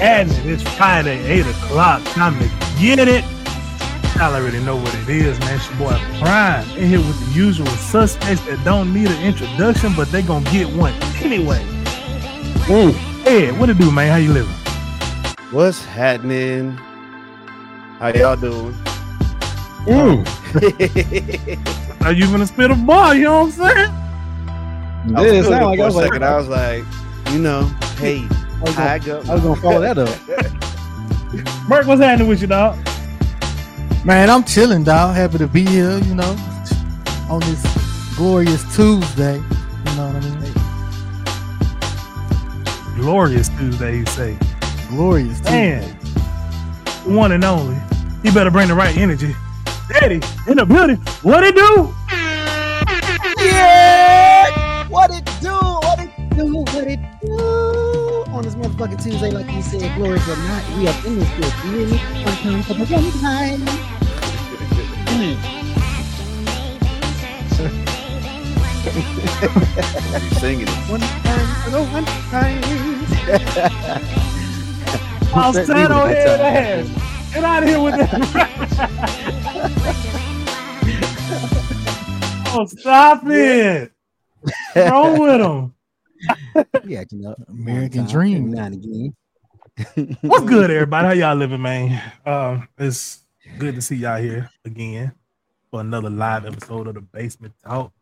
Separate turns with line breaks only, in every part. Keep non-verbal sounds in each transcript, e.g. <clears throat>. at it. It's Friday, 8 o'clock. Time to get it. Y'all already know what it is, man. It's your boy Prime in here with the usual suspects that don't need an introduction, but they gonna get one anyway.
Mm.
Hey, what it do, man? How you living?
What's happening? How y'all doing? <laughs>
Are you gonna spit a bar? You know what I'm saying?
I
Yeah, it
feeling
sound like
for a
I was like,
second. I was like, you know, hey,
<laughs> I was
I
gonna,
got
I was gonna follow that up.
Mark, what's happening with you, dog?
Man, I'm chilling, dog. Happy to be here, you know, on this glorious Tuesday. You know what I mean?
Glorious Tuesday, you say.
Glorious Tuesday.
Man, the one and only. You better bring the right energy. Daddy in the building. What it do?
Yeah! What it do? What it do? What it do? On this motherfucking Tuesday, like you said, glorious or not, we up in this bitch. You hear me? One time for the one time.
you singing it.
One time for the one time.
Falsetto
music
head
that
ass. Get out of here with that.
<laughs>
oh, stop it. Roll with him.
We acting up. One
American
time,
dream.
every Now and again.
What's good, everybody? How y'all living, man? Um, it's good to see y'all here again for another live episode of the Basement Talk.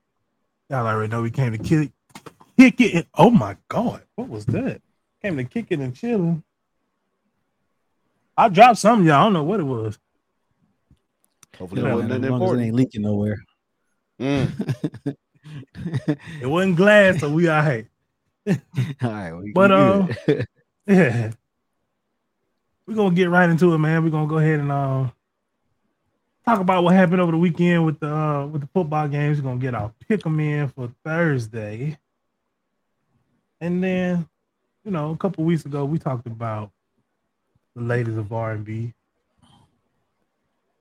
Y'all already know we came to kick, kick it. and- oh my god, what was that? Came to kick it and chilling. I dropped something, y'all. I don't know what it was.
Hopefully,
Yeah,
it
man,
wasn't
as
nothing
long as it
important.
ain't
<laughs>
leaking nowhere.
Mm.
It wasn't glass, so we all right.
All right, we,
But,
we
uh,
good.
Yeah. We're gonna get right into it, man. We're gonna go ahead and uh, talk about what happened over the weekend with the uh, with the football games. We're gonna get our pick 'em in for Thursday. And then, you know, a couple weeks ago we talked about the ladies of R and B.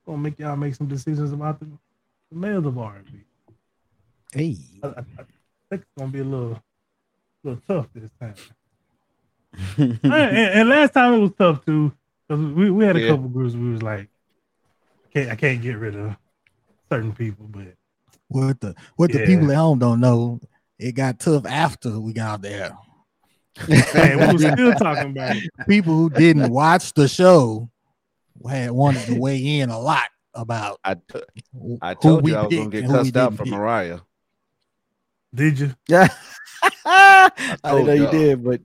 Gonna make y'all make some decisions about the, the males of R and B.
hey,
I, I, I think it's gonna be a little little tough this time. and, and- and last time it was tough too because we, we had a
Yeah.
couple groups we was like, I can't I can't get rid of certain people, but
What the what the
Yeah.
people at home don't know, it got tough after we got out there.
man, we were still talking about it.
People who
<laughs>
didn't watch the show had wanted to weigh in a lot about
I, t-
who
I told
we
you I was gonna
picked
get
and who we
cussed out
didn't
from
pick.
Mariah.
Did you?
<laughs>
I didn't
told
know you
y'all.
did, but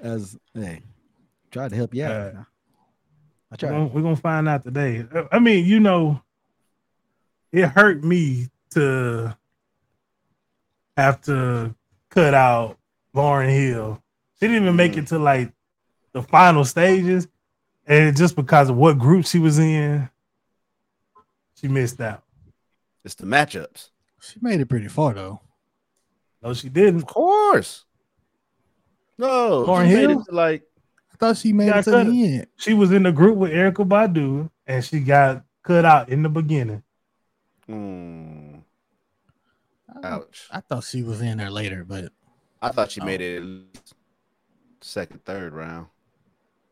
as hey, tried to help you out.
Uh,
I
We're
tried.
gonna, we're gonna find out today. I- I mean, you know, it hurt me to have to cut out Lauren Hill. She didn't even make it to like the final stages, and just because of what group she was in, she missed out.
It's the matchups.
She made it pretty far though.
No, she didn't.
Of course. No,
Lauren
she made
Hill?
it to, like
I thought she made
Yeah, I
it to the
could've.
end.
She was in the group with Erica Badu, and she got cut out in the beginning.
mm,
I,
ouch.
I thought she was in there later, but
I thought she made it at least second, third round.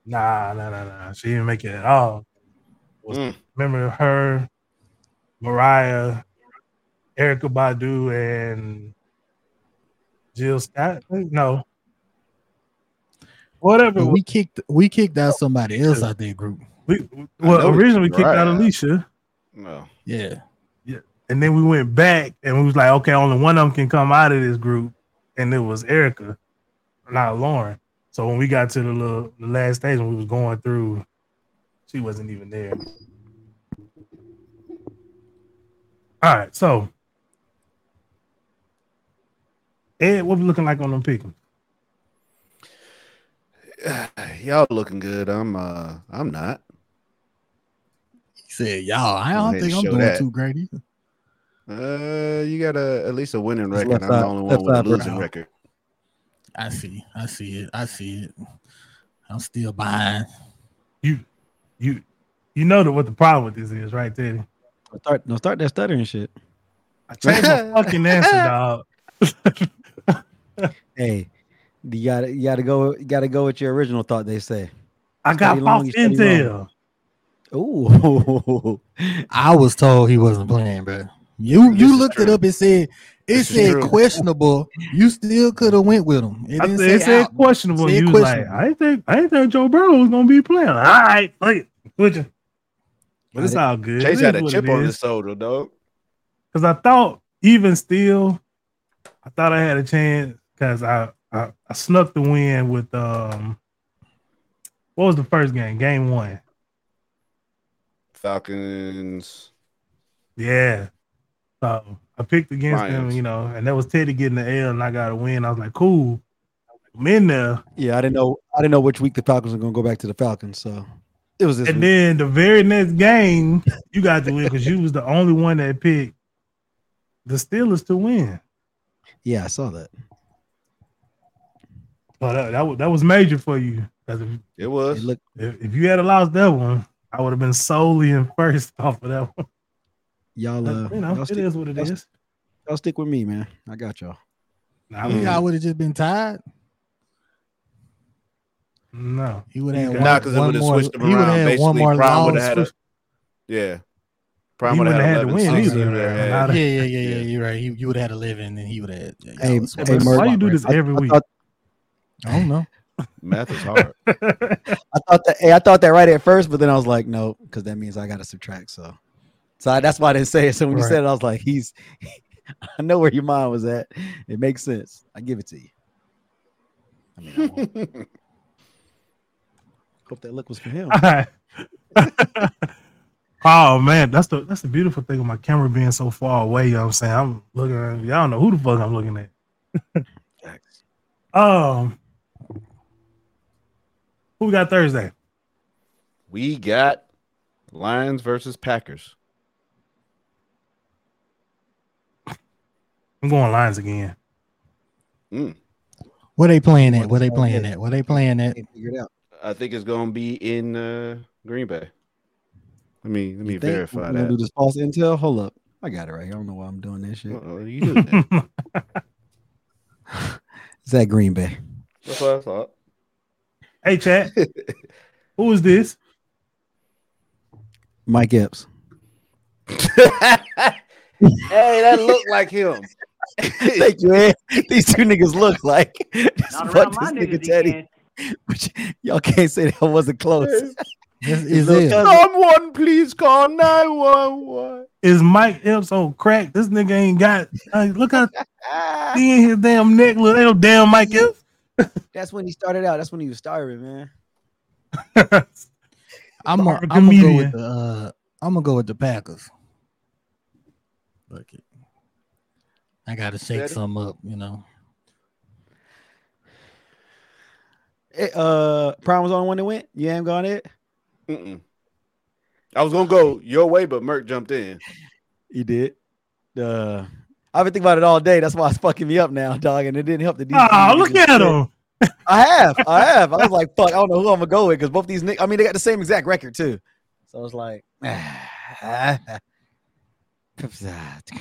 Nah, nah, nah, nah. She didn't make it at all. Was-
Mm.
Remember her, Mariah, Erica Badu, and Jill Scott? No. Whatever.
but
We,
we kicked we kicked out somebody else out their group.
well,
know
originally we kicked out
Mariah.
Alicia,
No, <sighs>
Yeah.
and then we went back and we was like, okay, only one of them can come out of this group, and it was Erica, not Lauren. So when we got to the, little, the last stage when we was going through, she wasn't even there. All right, so Ed, what we looking like on them pickings?
y'all looking good. I'm uh, I'm not.
He said, "Y'all,
Go
I don't
ahead and
think I'm
show
doing
that.
too great either."
Uh, you got a at least a winning
It's
record.
left
I'm the
side-
only
left
one with a
side for
losing
now.
record.
I see, I see it, I see it. I'm still behind.
You, you, you know that what the problem with this is, right, Teddy?
Don't start, don't start that stuttering shit.
I changed
<laughs>
my fucking answer, dog.
Hey, you gotta, you gotta go, you gotta go with your original thought. They say
I got
Stay long,
false
you stay
intel.
<laughs> Ooh.
I was told he wasn't playing, bro. You
This
you
is
looked it
true.
up. It said it
This is
said
true.
questionable. You still could have went with him. It
I
didn't
said, it
say
said
out.
questionable.
Said
you was like,
questionable.
I didn't think I didn't think Joe Burrow was gonna be playing. All right, fuck it. Switch it. But it's all good.
Chase had a chip on his shoulder, dog.
because I thought even still, I thought I had a chance because I, I I snuck the win with um what was the first game? Game one.
Falcons.
Yeah. So I picked against them,
Lions.
you know, and that was Teddy getting the L and I got a win. I was like, cool. I'm in there.
Yeah, I didn't know. I didn't know which week the Falcons were going to go back to the Falcons. So it was this.
And
week.
then the very next game, you got to win because you was the only one that picked the Steelers to win.
yeah, I saw that.
So that, that, was, that was major for you. 'Cause if
It
It
was.
looked.
If, if you had lost that one, I would have been solely in first <laughs> off of that one.
Y'all, uh,
you know,
y'all,
it
stick,
is what it
that's-
is.
y'all stick with me, man. I got y'all.
Nah, I
I mean, I
would've-
would have just been tired.
no,
He would have
Nah,
had
Nah,
one,
because it
one
would have
more.
switched them
he would
around.
have had one
Basically,
more
Prime
long.
would have had a.
switch-
Yeah.
He
Prime would
wouldn't
have had
have had to
11
win
seasons.
either.
He would've had-
Nah,
Yeah, yeah, yeah,
<laughs> Yeah.
yeah. You're right. You, you would have had eleven, and then he would have had. Yeah,
Hey,
y'all was
hey,
switching.
Merc.
why you do this
I- I
every week?
thought-
I don't know.
Math is hard.
<laughs>
I thought that hey, I thought that right at first, but then I was like, no, because that means I got to subtract. So, so I, that's why I didn't say it. So when you
Right.
said it, I was like, he's. <laughs> I know where your mind was at. It makes sense. I give it to you. I mean, I won't. hope that look was for him.
<laughs> oh man, that's the that's the beautiful thing with my camera being so far away. You know what I'm saying? I'm looking at y'all don't know who the fuck I'm looking at.
Facts.
Um who we got Thursday?
we got Lions versus Packers.
I'm going lines again. <laughs>
Where they playing at? Where they playing at? Where they playing at?
Can't figure it out.
I think it's gonna be in uh, Green Bay. Let me let me
You think
verify
I'm gonna Do
that.
this false intel. Hold up. I got it right. here. I don't know why I'm doing this shit.
Uh-oh, you
<laughs>
do that.
It's at Green Bay.
That's what I thought.
hey chat. who is this?
Mike Epps.
hey, that looked like him.
Thank you, man. These two niggas look like. Fuck this nigga Teddy. <laughs> Which, y'all can't say that wasn't close. <laughs>
This
His
is
little
it.
cousin.
Someone please call 911.
Is Mike Epps on crack? This nigga ain't got like, look how thin his damn neck look. Ain't no damn Mike Epps. <laughs>
That's when he started out. That's when he was starving, man.
I'm gonna
Dark
I'm go
comedian.
with the uh, I'm gonna go with the Packers. Fuck it. I gotta shake
Ready?
some up, you know.
It, uh, Prime was the only one that went. You ain't gone it.
Mm-mm. I was gonna go your way, but Merck jumped in.
He did. Uh, I've been thinking about it all day. That's why it's fucking me up now, dog. And it didn't help the defense.
Oh, look at him.
I have. I have. I was like, fuck. I don't know who I'm gonna go with because both these. Nick- I mean, they got the same exact record too. So I was like,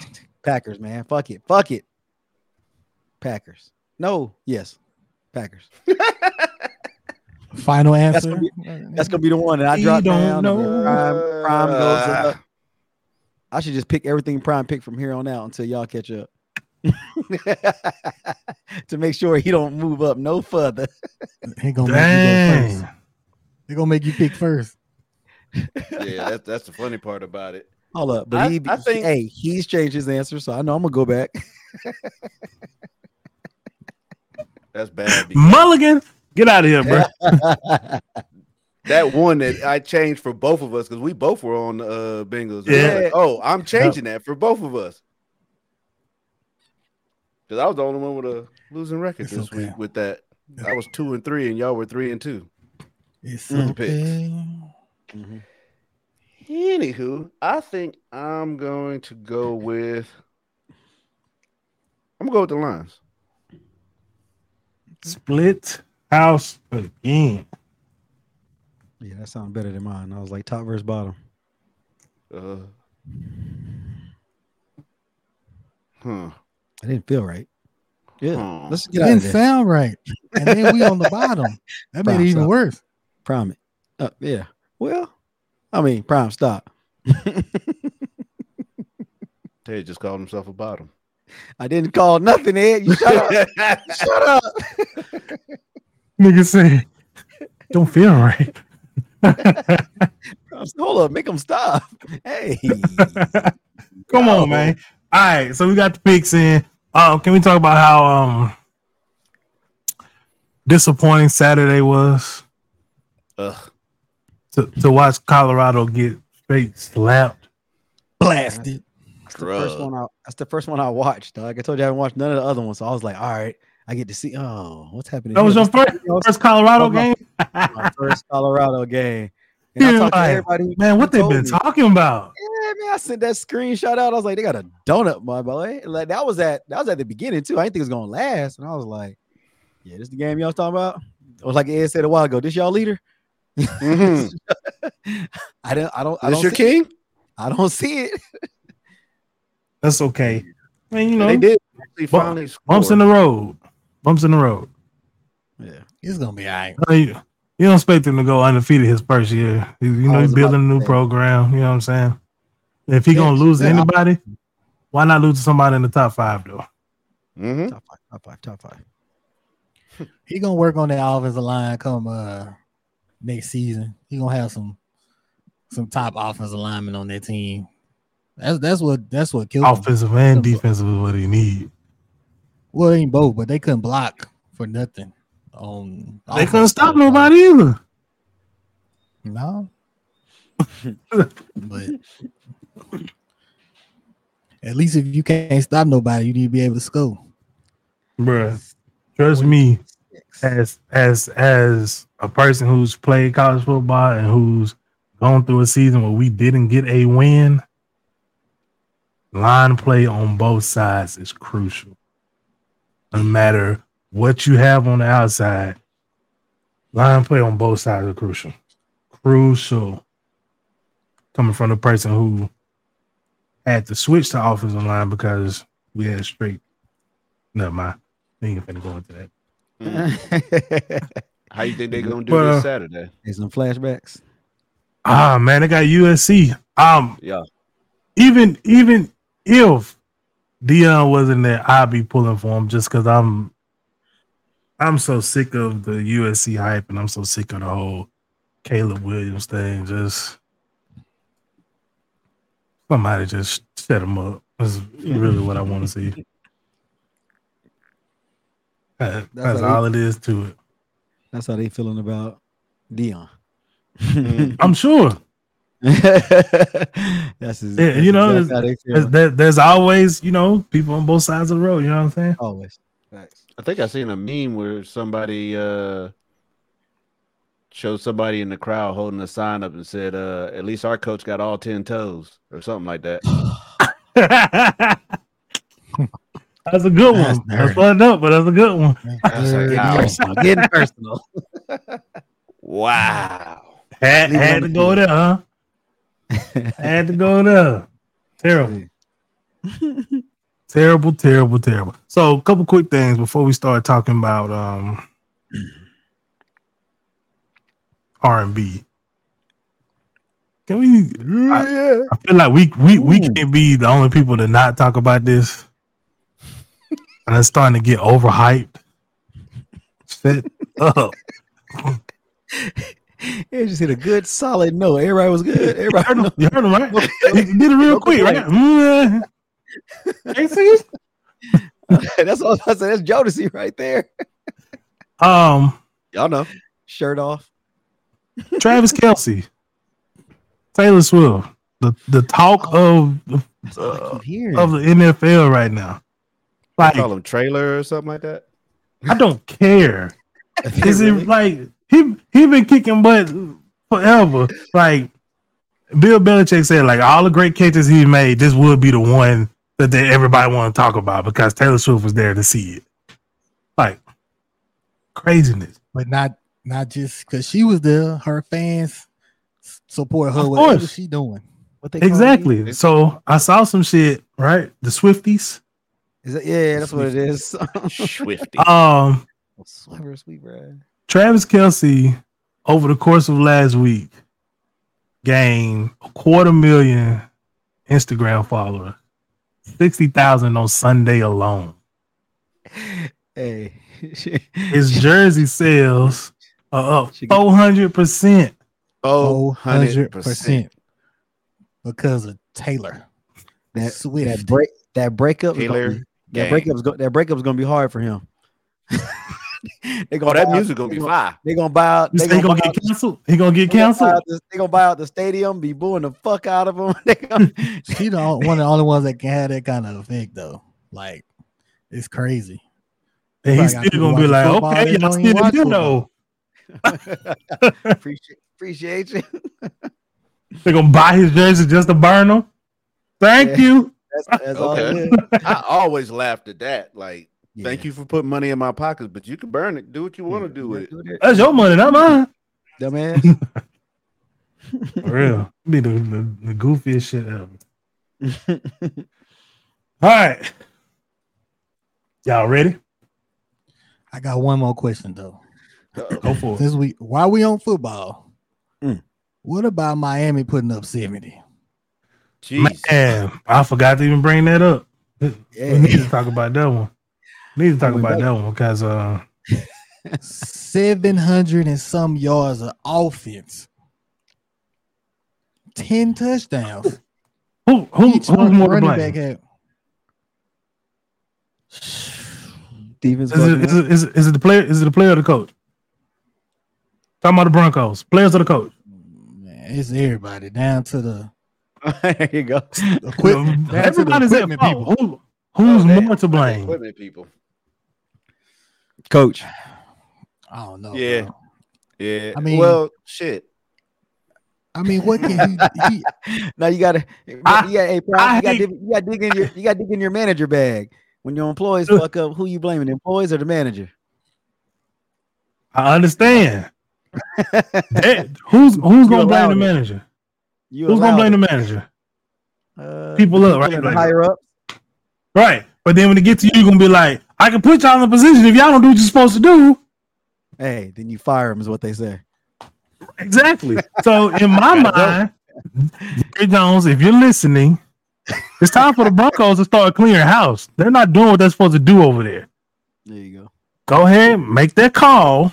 <sighs> Packers, man. Fuck it. Fuck it. Packers. No. Yes. Packers.
Final
That's
answer.
gonna That's gonna be the one. And I
You
dropped
don't
down. and
know.
then Prime, prime goes
Ah.
up. I should just pick everything Prime pick from here on out until y'all catch up. <laughs> to make sure he don't move up no further.
He gonna make you go
Dang.
first. They gonna make you pick first.
Ah, Yeah, that's that's the funny part about it.
Hold up, but
I-
he,
I think-
hey, he's changed his answer, so I know I'm gonna go back.
That's bad. because
Mulligan, get out of here, bro.
that one that I changed for both of us because we both were on uh Bengals. And I was like,
Yeah.
oh, I'm changing that for both of us. Because I was the only one with a losing record
It's
this
okay.
week with that. I was two and three, and y'all were three and two.
It's
Mm,
okay.
Anywho, I think I'm going to go with. I'm gonna go with the Lions.
Split house again.
Yeah, that sounds better than mine. I was like top versus bottom.
Uh, huh.
I didn't feel right. Yeah,
Huh.
let's get out
Didn't
of there. <laughs>
sound right. And then we on the bottom. That made
Prime
it even
suck.
worse.
Prime it. Uh, yeah. Well, I mean, prime stop.
Ted just called himself a bottom.
I didn't call nothing, Ed. You shut up. shut up. <laughs>
Nigga said, don't feel right.
Prime- Hold up. Make them stop. Hey.
Come on, man. All right, so we got the picks in. Um, can we talk about how um disappointing Saturday was
<laughs> Ugh.
to, to watch Colorado get straight slapped?
Blasted.
That's the first
Drug.
one out.
That's the first one I watched, dog. I told you I haven't watched none of the other ones. So I was like, all right, I get to see. Oh, what's happening?
That was
here?
your first,
<laughs>
first Colorado game,
my first Colorado game. And I
Yeah,
talked to
like,
everybody. who-
man.
who
What they've
told
been
me.
talking about?
Yeah, man. I sent that screenshot out. I was like, they got a donut, my boy. Like that was at that was at the beginning too. I didn't think it was gonna last. And I was like, Yeah, this the game y'all was talking about? It was like Ed said a while ago. This y'all leader?
<laughs> Mhm. Is
I don't I don't I
this
don't
your
see It.
king?
I don't see it.
That's okay. Man, you
And
know,
they did. They
Bump-
finally
bumps in
scored.
the road, bumps in the road.
Yeah.
It's gonna be all right.
I mean, you don't expect him to go undefeated his first year. You, you
I
know,
was
he's building a
about to
new
say.
program. You know what I'm saying? If he
Yeah,
gonna lose to
yeah, I-
anybody, why not lose to somebody in the top five though? Hmm?
Mhm.
Top five, top five, top five.
<laughs> He gonna work on that offensive line come uh next season. He gonna have some some top offensive linemen on that team. That's that's what that's what killed him.
Offensive and defensive is what he need.
Well, ain't both, but they couldn't block for nothing. On
They couldn't
offense.
stop nobody either. <laughs>
No. but at least if you can't stop nobody, you need to be able to score.
Bruh. Trust me, as as as a person who's played college football and who's gone through a season where we didn't get a win, line play on both sides is crucial. No matter what you have on the outside, line play on both sides are crucial. Crucial. Coming from the person who had to switch to offensive line because we had straight. Never mind. I ain't finna go into that.
<laughs>
Mhm. How you think they're gonna do
But, uh,
this Saturday?
There's some flashbacks.
Ah man, they got USC. Um,
Yeah.
even even if Dion wasn't there, I'd be pulling for him just because I'm I'm so sick of the USC hype and I'm so sick of the whole Caleb Williams thing. Just somebody just set him up. That's really what I want to see. That-
That's
that's
how
all it is to it.
That's how they feeling about Dion.
Mm-hmm. Mm.
I'm sure.
<laughs> that's his,
Yeah,
that's
you know,
exactly how they
There's,
feel.
there- there's always, you know, people on both sides of the road. You know what I'm saying?
always. Facts.
I think I seen a meme where somebody uh showed somebody in the crowd holding a sign up and said, uh, at least our coach got all ten toes or something like that.
that's a good
That's
one. <laughs> That's
dirty.
fucked up, but that's a good one.
<laughs> That's like,
Dirty.
ow.
Personal, getting personal. <laughs>
Wow.
Had,
Leave
had
it
to
on
go
the
there, huh? had to go there. Terrible. <laughs> terrible, terrible, terrible. So a couple quick things before we start talking about um R and B. Can we I feel like we we, we can't be the only people to not talk about this. And it's starting to get overhyped. Shut up.
<laughs> It just hit a good solid note. Everybody was good.
You <laughs>
Everybody
heard him, you heard him right? You did it real quick, right? Mm, yeah. Hey, see?
that's all I said. That's Jodeci right there.
Um,
Y'all know.
Shirt off.
Travis Kelsey, Taylor Swift, the, the talk of the,
I keep hearing.
of the NFL right now.
I
Like,
call him trailer or something like that.
I don't care. Is it like he he been kicking butt forever? Like Bill Belichick said, like all the great catches he made, this would be the one that they, everybody want to talk about because Taylor Swift was there to see it. Like craziness.
But not not just because she was there, her fans s- support her.
Of
Whatever
course.
she doing.
What they call
<laughs>
it?
Exactly. So I saw some shit, right? The Swifties.
Is it- yeah, that's what it is. <laughs>
Swifty.
Um
Swiver, sweet, bruh.
Travis Kelsey over the course of last week gained a quarter million Instagram followers, 60,000 on Sunday alone.
Hey, <laughs>
His jersey sales are up 400%.
<laughs> Oh, percent.
100 percent because of Taylor.
that
Swift.
that break that breakup is gonna
Taylor
be-
gang.
that breakup's go, that breakup's gonna be hard for him. <laughs> they
Oh,
gonna
that
buy-
music gonna be
they
fire.
They gonna buy out.
You
They
say he
gonna,
gonna
buy, out-
get canceled? He gonna
they
get
gonna buy
canceled?
out the, they gonna buy out the stadium, be booing the fuck out of them. <laughs> they gonna,
She the only, one of the only ones that can have that kind of effect though. Like it's crazy.
And he's
Probably got
still gonna
people
be like,
watching
okay,
football that
y'all
don't even
still
watch
do
football."
know.
appreciate appreciate you.
They're gonna buy his jersey just to burn him. Thank
Yeah.
you.
<laughs> That's, that's all.
Okay.
It is.
<laughs>
I always laughed at that. Like,
Yeah.
thank you for putting money in my pockets, but you can burn it. Do what you want to do with it.
That's your money, not mine.
Dumbass.
For real. Be the, the, the goofiest shit ever. <laughs> All right. Y'all ready?
I got one more question though.
Go for it.
Since we while we on football,
Mm.
what about Miami putting up 70?
Jeez.
Man, I forgot to even bring that up. We <laughs> need to
Yeah.
talk about that one. We need to talk
Went
about
back.
that one because uh
700 and some yards of offense. 10 touchdowns.
who who
Each
who's
run-
more to
running
blame?
back
Is
had
Defense.
it, is,
fucking up.
it, is, it, is it the player? Is it the player or the coach? Talking about the Broncos, players or the coach?
Man, it's everybody down to <laughs> the
<laughs> there you go.
equipment. down to the
Everybody's at
equipment
fault. Who, who's
Oh, they-
more to blame?
Equipment people.
Coach.
I don't know.
Yeah.
bro.
Yeah.
I mean-
well, shit.
I mean, what can he, he
Now you gotta,
I-
you gotta, hey, Prime,
I
you, gotta
hate-
dig, you gotta dig in your, you gotta dig in your manager bag. When your employees
Uh,
fuck up, who you blaming? The employees or the manager?
I understand. That- who's who's gonna blame
allowed
the
it.
manager?
You
Who's gonna blame the manager?
uh,
People up, right?
people
Like-
higher up.
Right. But then when it gets to you, you're gonna be like, I can put y'all in a position if y'all don't do what you're supposed to do.
Hey, then you fire them is what they say.
Exactly. So
<laughs>
in my mind, Jerry Jones, if you're listening, it's time for the Broncos to start clearing house. They're not doing what they're supposed to do over there.
There you go.
Go ahead, make that call.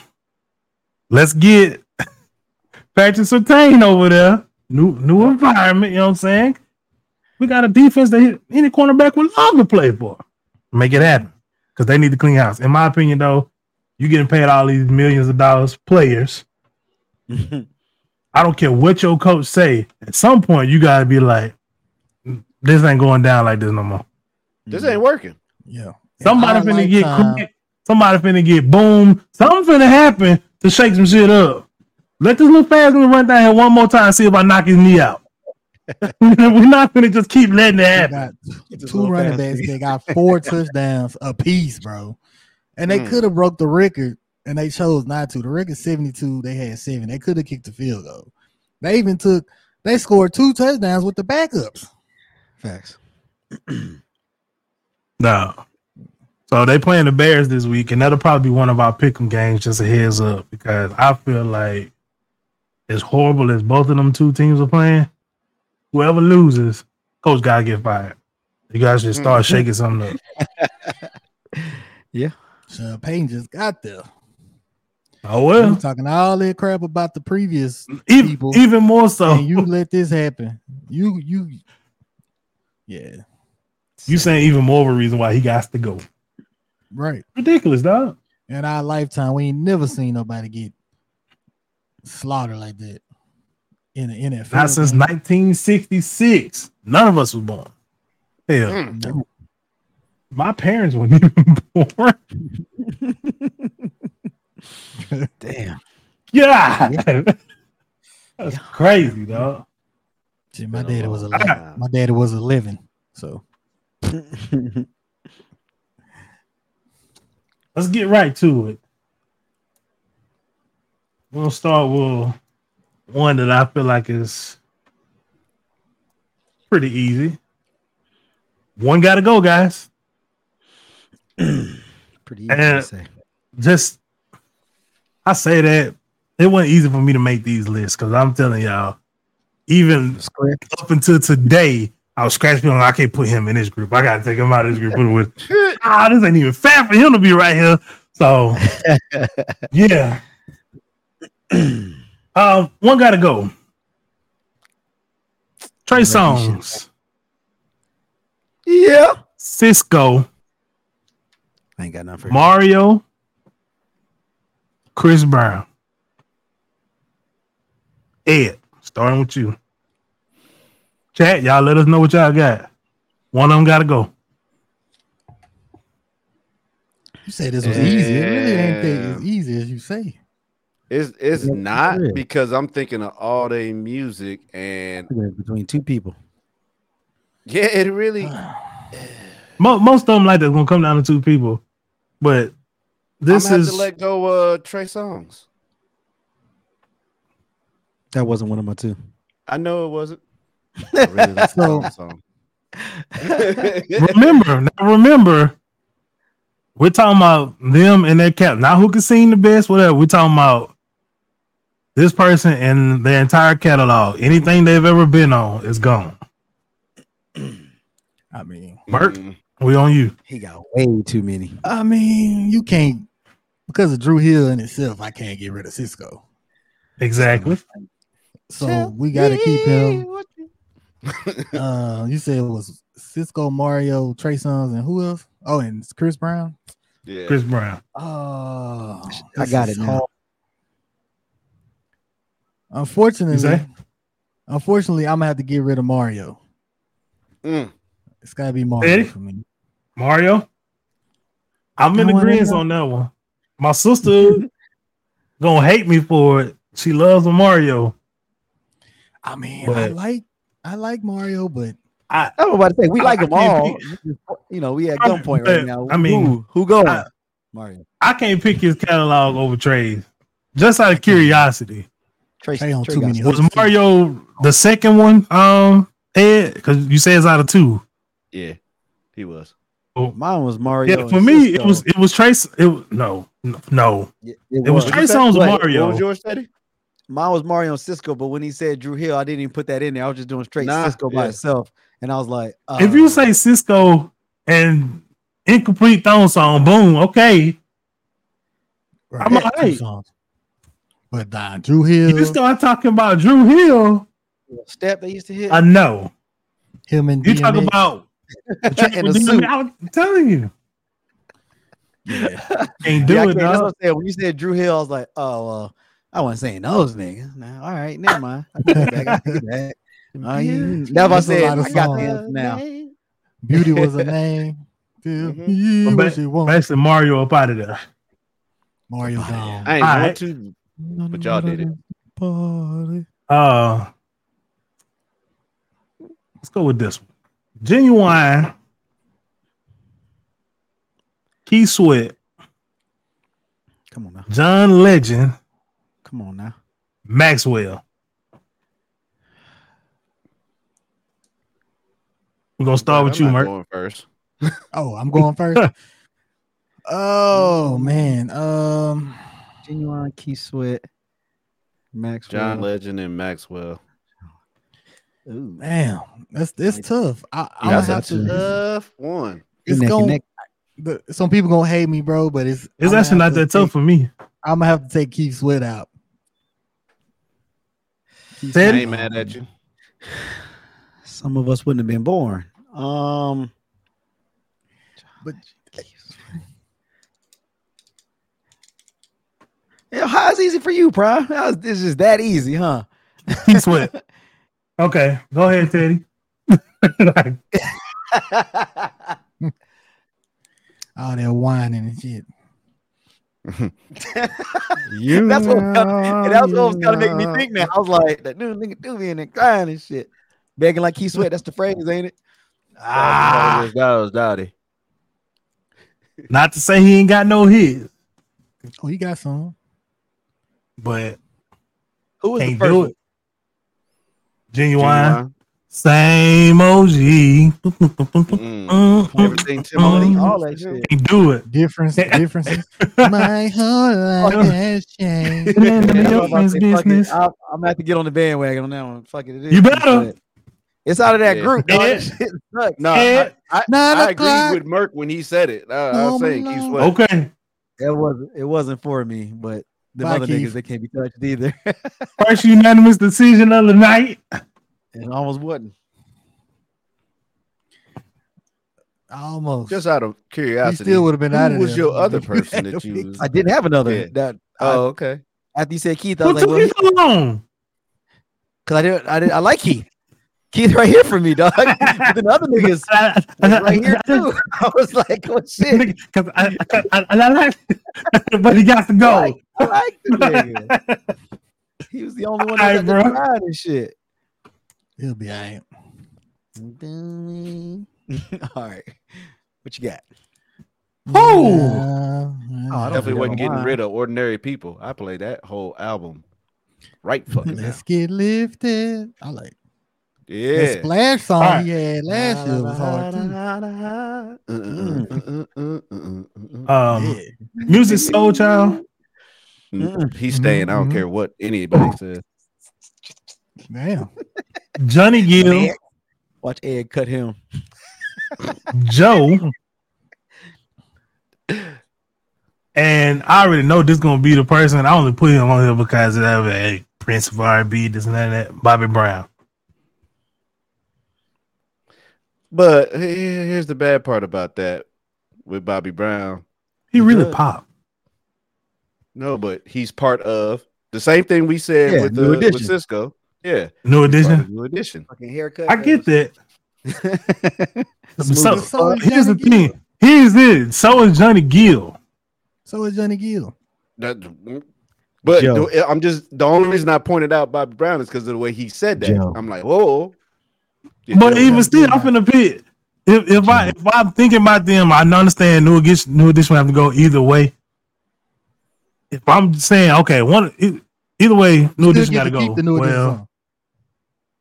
Let's get <laughs> Patrick Sertain over there. New new environment, you know what I'm saying? We got a defense that any cornerback would love to play for. Make it happen. Because they need to clean house. In my opinion, though, you getting paid all these millions of dollars players. I don't care what your coach say. At some point, you gotta be like, this ain't going down like this no more.
This ain't working.
<laughs> yeah.
Somebody
In
finna
our
get
lifetime-
cracked. Somebody finna get boom. Something finna happen to shake some shit up. Let this little fast gonna run down here one more time and see if I knock his knee out. <laughs> We're not gonna just keep letting it
we
happen.
got
It's a
two
little
running
fast.
backs. They got four touchdowns apiece, bro. And they
Mm.
could have broke the record, and they chose not to. The record seventy two. They had seven. They could have kicked the field goal. They even took. They scored two touchdowns with the backups.
Facts.
No. So they playing the Bears this week, and that'll probably be one of our pick'em games. Just a heads up, because I feel like as horrible as both of them two teams are playing, whoever loses, coach gotta get fired. You guys should start
Mm-hmm.
shaking something up.
Sean Payton just got there.
Oh
You
well,
talking all that crap about the previous,
even,
people.
even more so.
and you let this happen. You you. Yeah.
You saying even more of a reason why he got to go.
Right.
Ridiculous, dog.
In our lifetime, we ain't never seen nobody get slaughtered like that in the NFL.
Not since
game.
1966. None of us was born. Hell,
Mm.
No.
my parents weren't <laughs> even born.
Damn.
Yeah. That's crazy, dog.
See, my
Been a
daddy was
long
eleven.
time.
My daddy was eleven. So
Let's get right to it. We'll start with one that I feel like is pretty easy. One got to go, guys.
Pretty easy to
And-
say.
just I say that it wasn't easy for me to make these lists because I'm telling y'all, even up until today, I was scratching feeling like I can't put him in this group. I gotta take him out of this group. Put him with ah, this ain't even fair for him to be right here. So yeah. <clears throat> um, one gotta go. Trey Songs,
Yeah.
Cisco,
I ain't got nothing for
Mario, Chris Brown. Ed, starting with you. Chat, y'all let us know what y'all got. One of them gotta go.
You said this was easy. It really ain't that as
Yeah.
easy as you say.
It's it's
Yeah,
not
yeah.
because I'm thinking of all day music and
you. Between two people.
yeah, it
Ah,
really
Mo- most of them like that's gonna come down to two people, but this
I'm gonna have
is
to let go uh Trey Songs.
That wasn't one of my two.
I know
<laughs>
it wasn't. I really like
So-
that song.
<laughs> remember now. Remember, we're talking about them and their cap, not who can sing the best, whatever. We're talking about this person and their entire catalog. Anything they've ever been on is gone.
I mean,
Bert,
Mm.
we on you.
He got way too many.
I mean, you can't because of Drew Hill in itself. I can't get rid of Cisco,
Exactly.
so we got to keep him. Uh, you said it was Cisco, Mario, Trey Sons, and who else? Oh, and Chris Brown.
Yeah.
Chris Brown.
Oh,
I
this
got
is
it now.
hard. Unfortunately,
say?
unfortunately, I'm gonna have to get rid of Mario.
Mm.
It's gotta be Mario
Eddie?
for me.
Mario. I'm in
No, I didn't
agreement
know.
on that one. My sister <laughs> gonna hate me for it. She loves Mario.
I mean, I
But-
like I like Mario, but
I
I was about to say we
I-
like
I
them
can't
all. You know, we at
I-
gunpoint
but,
right now.
I mean,
who, who going?
I-
Mario.
I can't pick his catalog over Trey's. Just out of curiosity,
Trace,
Trey on too many
was Mario the second one? Um, Ed, because you say it's out of two.
Yeah, he was.
Mine was Mario.
Yeah,
and
for me, it
Cisco.
was it was Trace. It was- no, no,
Yeah,
it was Trey Songz
But
Mario.
What was yours, Teddy?
Mine was Mario and Cisco, but when he said Drew Hill, I didn't even put that in there. I was just doing straight
Nah,
Cisco by
yeah.
itself, and I was like, uh,
if you say Cisco and incomplete throne song, boom, okay. I'm
Right,
alright.
two songs. But uh, Drew Hill,
You start talking about Drew Hill,
step they used to hit,
I know.
him and
You talk
DMX,
about
<laughs> in a suit.
I'm telling you,
yeah.
<laughs> can't do
Yeah, I
it,
can't- that's
dog.
what I'm saying. When you said Drew Hill, I was like, oh well, I wasn't saying those niggas. Now, all right, never mind. I take it back, I take it <laughs> back. Oh, yeah. That's what I
That's a
said.
lot of
I got the
songs.
answer now.
<laughs>
Beauty was a name. Dude,
Mm-hmm.
Mhm.
you
But
wish it won't.
Basically, Mario up out of there.
Oh,
Mario gone.
I ain't
All
want
right.
to. But y'all did it.
Party.
Uh, let's go with this one. Genuine, Key Sweat,
Come on now.
John Legend,
Come on now.
Maxwell. We're gonna start with
I'm
you,
not
Merc.
going first.
Oh, I'm going first.
<laughs>
oh man. Um
Genuine Key Sweat, Max
John Legend and Maxwell.
Ooh,
damn. That's that's tough. I, I'm gonna
That's
have
a
to
tough one.
it's
Neck and
going
neck.
the, some people gonna hate me, bro, but it's
It's
I'ma
actually
have
not
to
that tough
take-
for me.
I'm gonna have to take Keith Sweat out. Keith
Teddy?
I ain't mad at you.
Some of us wouldn't have been born. Um, <laughs>
But-
Yeah, how's easy for you, bro? How's this is that easy, huh? <laughs>
Key Sweat. <laughs> Okay, go ahead, <laughs> Teddy. Like,
All that whining and shit.
You <laughs>
That's what- and that's what was kind of making me think now. I was like, that new nigga do be in there crying and shit, begging like he sweat. That's the phrase,
<laughs>
ain't it?
Ah, that was Dowdy.
not to say he ain't got no hits,
Oh, he got some.
but
Who was the
can't
first
do
one?
it. Genuine, Same OG.
Mm.
Mm-mm.
Everything Tim Lee.
Mm.
All that shit.
Do it. <laughs>
Difference, differences. My whole life has changed.
<laughs> None of
Yeah,
your
I'm about to
friends'
say, fuck it.
business.
I- I'm gonna have to get on the bandwagon on that one. Fuck it, it is.
You better.
But It's out of that
Yeah.
group. Dog.
Yeah.
That shit sucks.
No,
Eh,
I, I,
nine
I
o'clock.
agreed with Merck when he said it. I, I
Home
was saying Keith
alone.
Sweat.
Okay.
It wasn't. It wasn't for me. But the
Bye,
other
Keith.
niggas they can't be touched either. <laughs>
First unanimous decision of the night.
it almost wasn't.
Almost.
Just out of
he
curiosity,
still would have been out
who
of
was
there. <laughs>
your other person that you was?
I didn't have another.
Yeah.
That uh,
Oh, okay.
after you said Keith, I
What
was like,
took
well,
you so long?
because I didn't. I didn't. I like Keith. Keith right here for me, dog. <laughs> but then
<laughs>
the other niggas
I- I-
was right here
I-
too. <laughs> I was like, oh shit.
Nigga, 'cause I- I- I- I- I like it, <laughs> but he got to
I
go.
like- I like the nigga. he was the only one
Alright,
that
bro.
got to try this shit. <laughs>
He'll be all right.
All right. What you got?
Who?
I don't
Definitely
think
wasn't
that
getting
was
rid of ordinary people. I played that whole album. Right fucking now.
Let's get lifted. I like the
Yeah.
splash song
Alright.
he had last year was hard too.
Um, Music Soul Child.
Mm, He's staying. I don't care what anybody says.
Damn.
Johnny
<laughs>
Gill.
Ed- Watch Ed cut him.
Joe. And I already know this gonna be the person. I only put him on here because of that hey, Prince of R&B, this and that, and that. Bobby Brown.
But he- here's the bad part about that with Bobby Brown.
He really
Good.
popped.
No, but he's part of the same thing we said
Yeah,
with,
New
the, with
Edition.
Cisco. Yeah.
New
part of
edition.
New edition.
Fucking haircut.
I get that. So, uh,
Smooth as fuck.
here's the
Johnny Gill.
thing. Here's it. So is Johnny Gill.
So is Johnny Gill.
That- mm, but
Joe.
the- I'm just the only reason I pointed out Bobby Brown is because of the way he said that.
Joe.
I'm like, whoa.
But
Yeah.
even still, I'm finna pick. If if I if I'm thinking about them, I understand new edition. New edition have to go either way. If I'm saying okay, one e- either way, new
Still
edition
get
got to
to
go.
keep the new edition
Well,
song.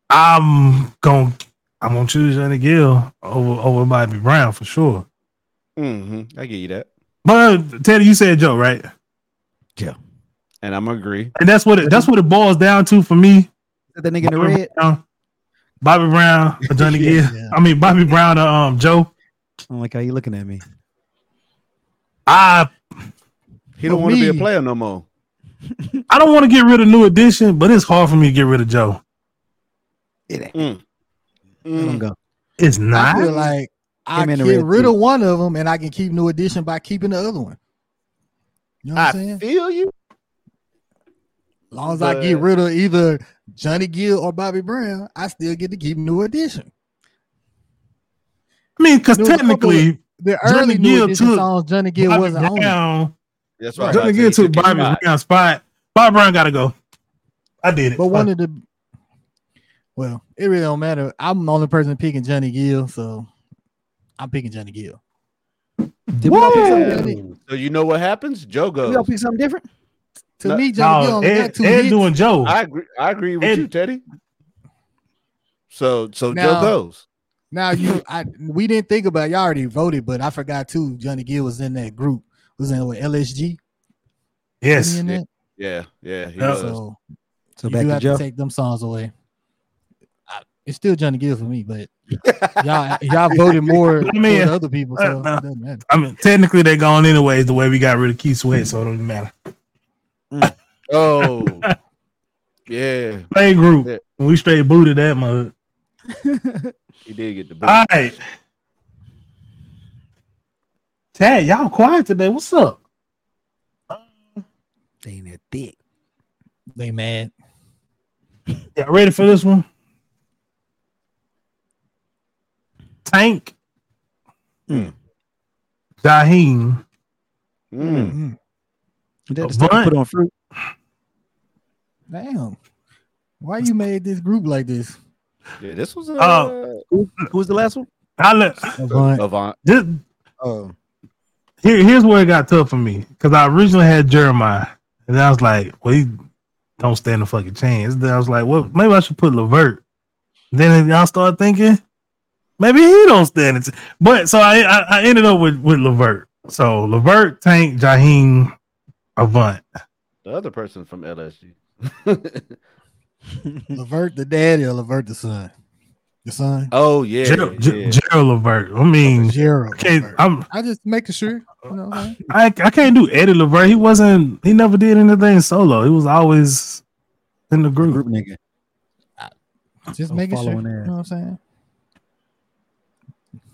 I'm going I'm gonna choose Johnny Gill over over Bobby Brown for sure.
Mhm, I give you that,
But Teddy, you said Joe, right?
and I'm agree.
And that's what it that's what it boils down to for me.
that nigga in the
Bobby
red.
Brown, Bobby
<laughs>
Brown or Johnny
Yeah,
Gill.
yeah.
I mean Bobby Brown or um Joe.
I'm like, how you looking at me?
I
He don't
For
want to be a
me-
player no more.
I don't want to get rid of New Edition, but it's hard for me to get rid of Joe.
It ain't.
Mm.
Let him
Mm.
go.
It's
I feel
not.
like I
Him
can
and the
get
Red
rid
Sea.
of one of them and I can keep new edition by keeping the other one. You know what
I
I'm saying?
feel you.
As long as I get
but-
rid of either Johnny Gill or Bobby Brown, I still get to keep new edition.
I mean, because
There was a couple
technically,
The
Johnny
early new
Gill
edition
took
songs Johnny Gill
Bobby
wasn't on. it.
Brown,
That's
Right.
right.
Johnny Gill took Bobby Brown's spot. Bobby Brown got to go. I did it.
But one of the well, it really don't matter. I'm the only person picking Johnny Gill, so I'm picking Johnny Gill.
Did we all pick something
Whoa!
different?
So you know what happens? Joe
Did
goes.
we all pick something different?
To
No,
me, Johnny Gill
no,
only
Ed,
got two
Ed
hits.
doing Joe.
I agree. I agree with
And-
you, Teddy. So so
Now-
Joe goes.
Now you, I we didn't think about. it. Y'all already voted, but I forgot too. Johnny Gill was in that group. Was in with LSG. Was he
yes,
in that?
Yeah, yeah. He
Yeah.
does.
So
So
you
back
do
to
have
Joe.
to take them songs away. I, it's still Johnny Gill for
<laughs>
me, but y'all y'all voted more
I mean,
for the other
<laughs>
people, so it
uh,
doesn't matter.
I mean, technically they're gone anyways. The way we got rid of Keith Sweat, so it don't even matter.
<laughs>
Oh, yeah.
Play group.
Yeah.
We straight booted that mug.
He did get the boot.
Ah.
All right. Tad, y'all quiet today. What's up?
They ain't that thick.
They mad.
Y'all ready for this one? Tank.
Hmm.
Jaheim.
Mm.
Mm-hmm.
Is
A
that the stuff you
bun.
put on fruit? <laughs>
Damn. Why you made this group like this?
Yeah, this was uh, a
Oh.
Who's the last one?
I let,
Avant.
Avant.
this,
Oh,
here, here's where it got tough for me. Because I originally had Jeremiah. And I was like, well, he don't stand a fucking chance. Then I was like, well, maybe I should put Levert. Then y'all start thinking maybe he don't stand it. But so I, I, I ended up with with Levert. So Levert, Tank, Jaheim, Avant.
The other person from <laughs> LSU.
Levert the daddy or Levert the son? The son?
oh yeah,
Gerald, Ge-
yeah.
Gerald Levert. I mean,
Gerald.
I can't,
Levert.
I'm
I just making sure. You know, what I'm saying?
I, I can't do Eddie Levert. He wasn't. He never did anything solo. He was always in the group.
Group nigga.
just
I'm
making sure. You
following that.
know what I'm saying?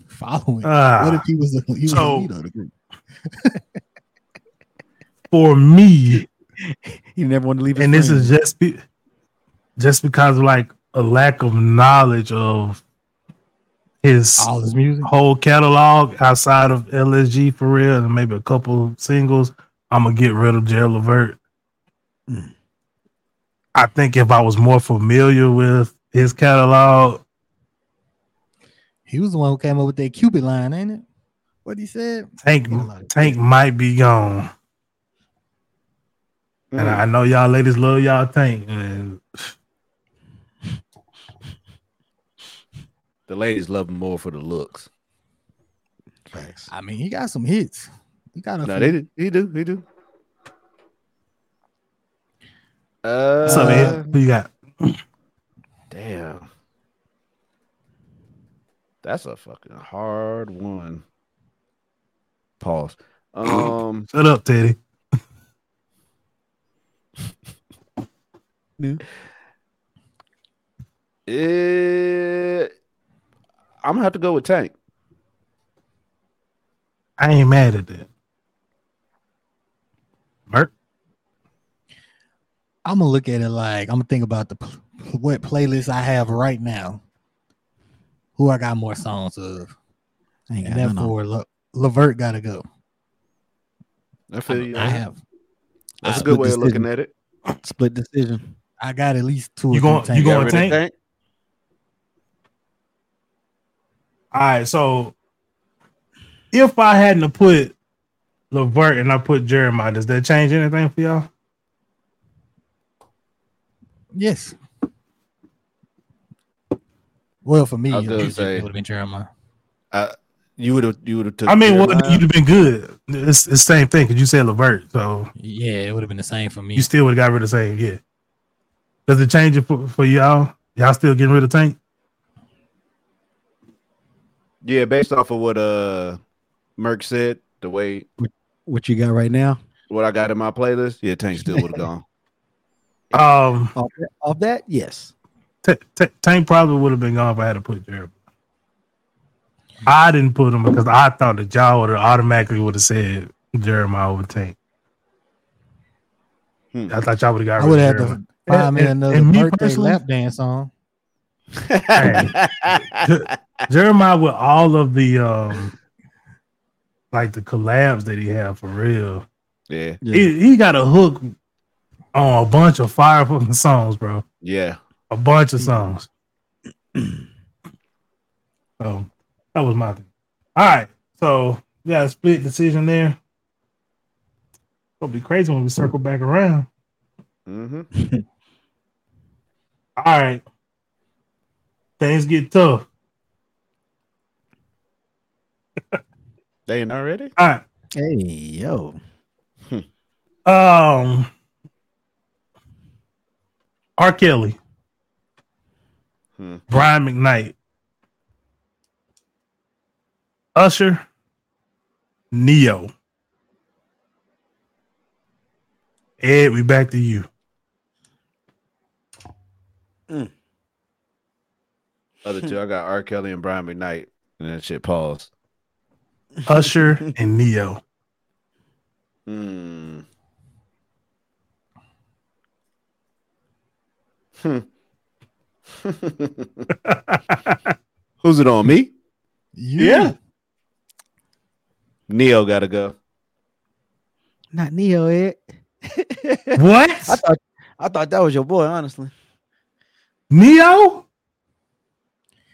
Following.
Ah,
what if he was the he was
so-
the leader of the group?
for me,
He never wanted to leave. his
and this
friends.
is just be, just because of like a lack of knowledge of his
All his music.
whole catalog outside of LSG for real, and maybe a couple singles. I'm gonna get rid of Gerald Levert. I think if I was more familiar with his catalog,
He was the one who came up with that Cupid line, ain't it? What he said?
Tank Tank might be gone.
Hmm.
And
Mm.
I know y'all ladies love y'all Tank. And
the ladies love him more for the looks.
I mean, he got some hits. He got a
No,
few-
they do. He do. He do. Uh,
what's up, man? Who you got?
Damn. That's a fucking hard one. Pause. Um,
Shut up, Teddy.
it, I'm gonna have to go with Tank.
I ain't mad at that. Bert,
I'm gonna look at it like I'm gonna think about the pl- what playlist I have right now. Who I got more songs of,
I ain't
and
got none on.
therefore Le- Levert gotta go.
I
I,
feel you.
I have,
That's
I
a good
split
way of looking
decision.
at it.
Split decision.
I got at least two.
You
or
gon-
three
you
Tank.
gon-
Got
going
rid of
Tank? All right, so if I hadn't have put Levert and I put Jeremiah, does that change anything for y'all?
Yes. Well, for me,
I was gonna say-
it would have been Jeremiah.
You would have. You would have took. uh,
I mean, well,
Jeremiah.
you'd have been good. It's it's the same thing because you said Levert, so
Yeah, it would have been the same for me.
you still would have got rid of Tank. Yeah. Does it change it for, for y'all? Y'all still getting rid of Tank?
yeah, based off of what uh, Merck said, the way
What you got right now?
what I got in my playlist, yeah, Tank still <laughs> would have gone.
Um,
Off that, off that? Yes.
T- T- Tank probably would have been gone if I had to put Jeremiah. I didn't put him because I thought that y'all would have automatically would have said Jeremiah over Tank.
Hmm.
I thought y'all would have got
I
rid
would
of
have had
Jeremiah.
to find
And-
me
and-
another
and me
birthday
personally-
lap dance song.
Jeremiah with all of the um like the collabs that he had for real.
yeah,
He, he got a hook on a bunch of fire fucking songs, bro.
yeah.
A bunch of songs. so that was my thing. All right. So we got a split decision there. It'll be crazy when we circle back around.
Mm-hmm.
All right. Things get tough.
They ain't already.
All right.
Hey yo.
Um, R. Kelly,
Hmm.
Brian McKnight, Usher, Neo. Ed, we back to you.
Other two, I got R. Kelly and Brian McKnight, and that shit paused.
Usher and Neo.
Hmm. Hmm. <laughs> Who's it on me?
You-
Yeah.
Neo gotta go.
Not Neo, Ed.
I
What?
thought I thought that was your boy, honestly.
Neo?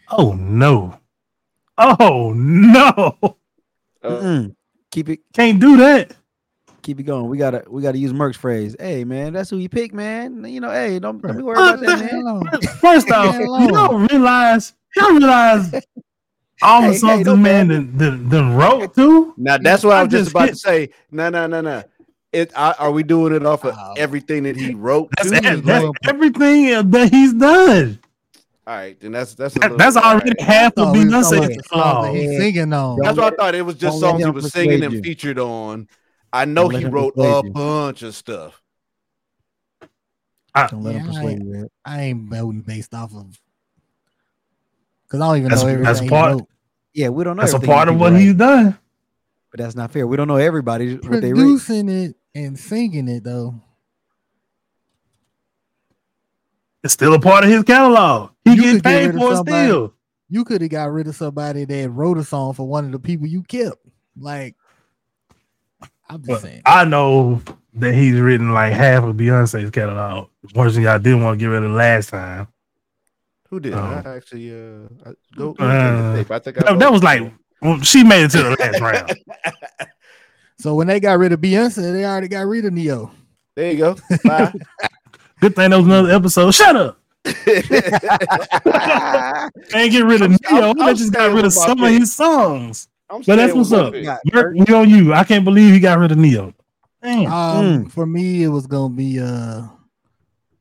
Oh no. Oh no.
Uh,
Mm-mm. Keep it
Can't do that.
Keep it going. We gotta we gotta use Merck's phrase. Hey man, that's who you pick, man. You know, hey, don't, don't be worried about that, man.
First off,
Yeah,
you don't realize, you don't realize all
Hey,
the
hey,
songs the
don't
man done, done, done wrote to.
Now that's what I
I
was just,
just
about
hit-
to say. No, no, no, no. It I, are we doing it off of
Oh.
everything that he wrote?
That's,
too?
e-
Dude,
that's
bro.
everything that he's done.
all right, then that's that's a
That-
little-
that's
all
already
right.
half of
we was talking about
Beyonce's
the song that
Oh.
flaw.
he's singing on.
Don't
That's what I thought. It was just
don't let
songs he
him
was singing
persuade
and
you.
featured on. I know
Don't let
he
him
wrote a
persuade you.
bunch of stuff.
Don't let him
Yeah,
persuade you. man.
I ain't voting based off of because I don't even
That's-
know everything.
that's
he
part-
wrote.
Yeah, we don't know.
That's a
everything
part
you
of
do,
what
right?
he's done.
But that's not fair. We don't know everybody what they <laughs> read.
producing it and singing it though.
It's still a part of his catalog. He
You
getting
could get
paid
rid of
for it
somebody.
still.
You could have got rid of somebody that wrote a song for one of the people you kept. Like, I'm just
But
saying.
I know that he's written like half of Beyonce's catalog. One thing I didn't want to get rid of last time.
Who did?
Oh.
I actually uh I, go.
Uh,
go look at the tape. I think I
That, that
wrote-
was like well, she made it to the last round.
so when they got rid of Beyonce, they already got rid of Neo.
There you go. Bye. <laughs>
Good thing that was another episode. Shut up. They ain't get rid of
I'm-
Neo.
I'm-
they
I'm
just
staying
got rid of
with my
some of
pick.
his songs.
I'm
But
staying
that's
with
what's
my
up.
pick.
Got
Merc, we on you. I can't believe he got rid of Neo. Damn.
Um, For me, it was gonna be uh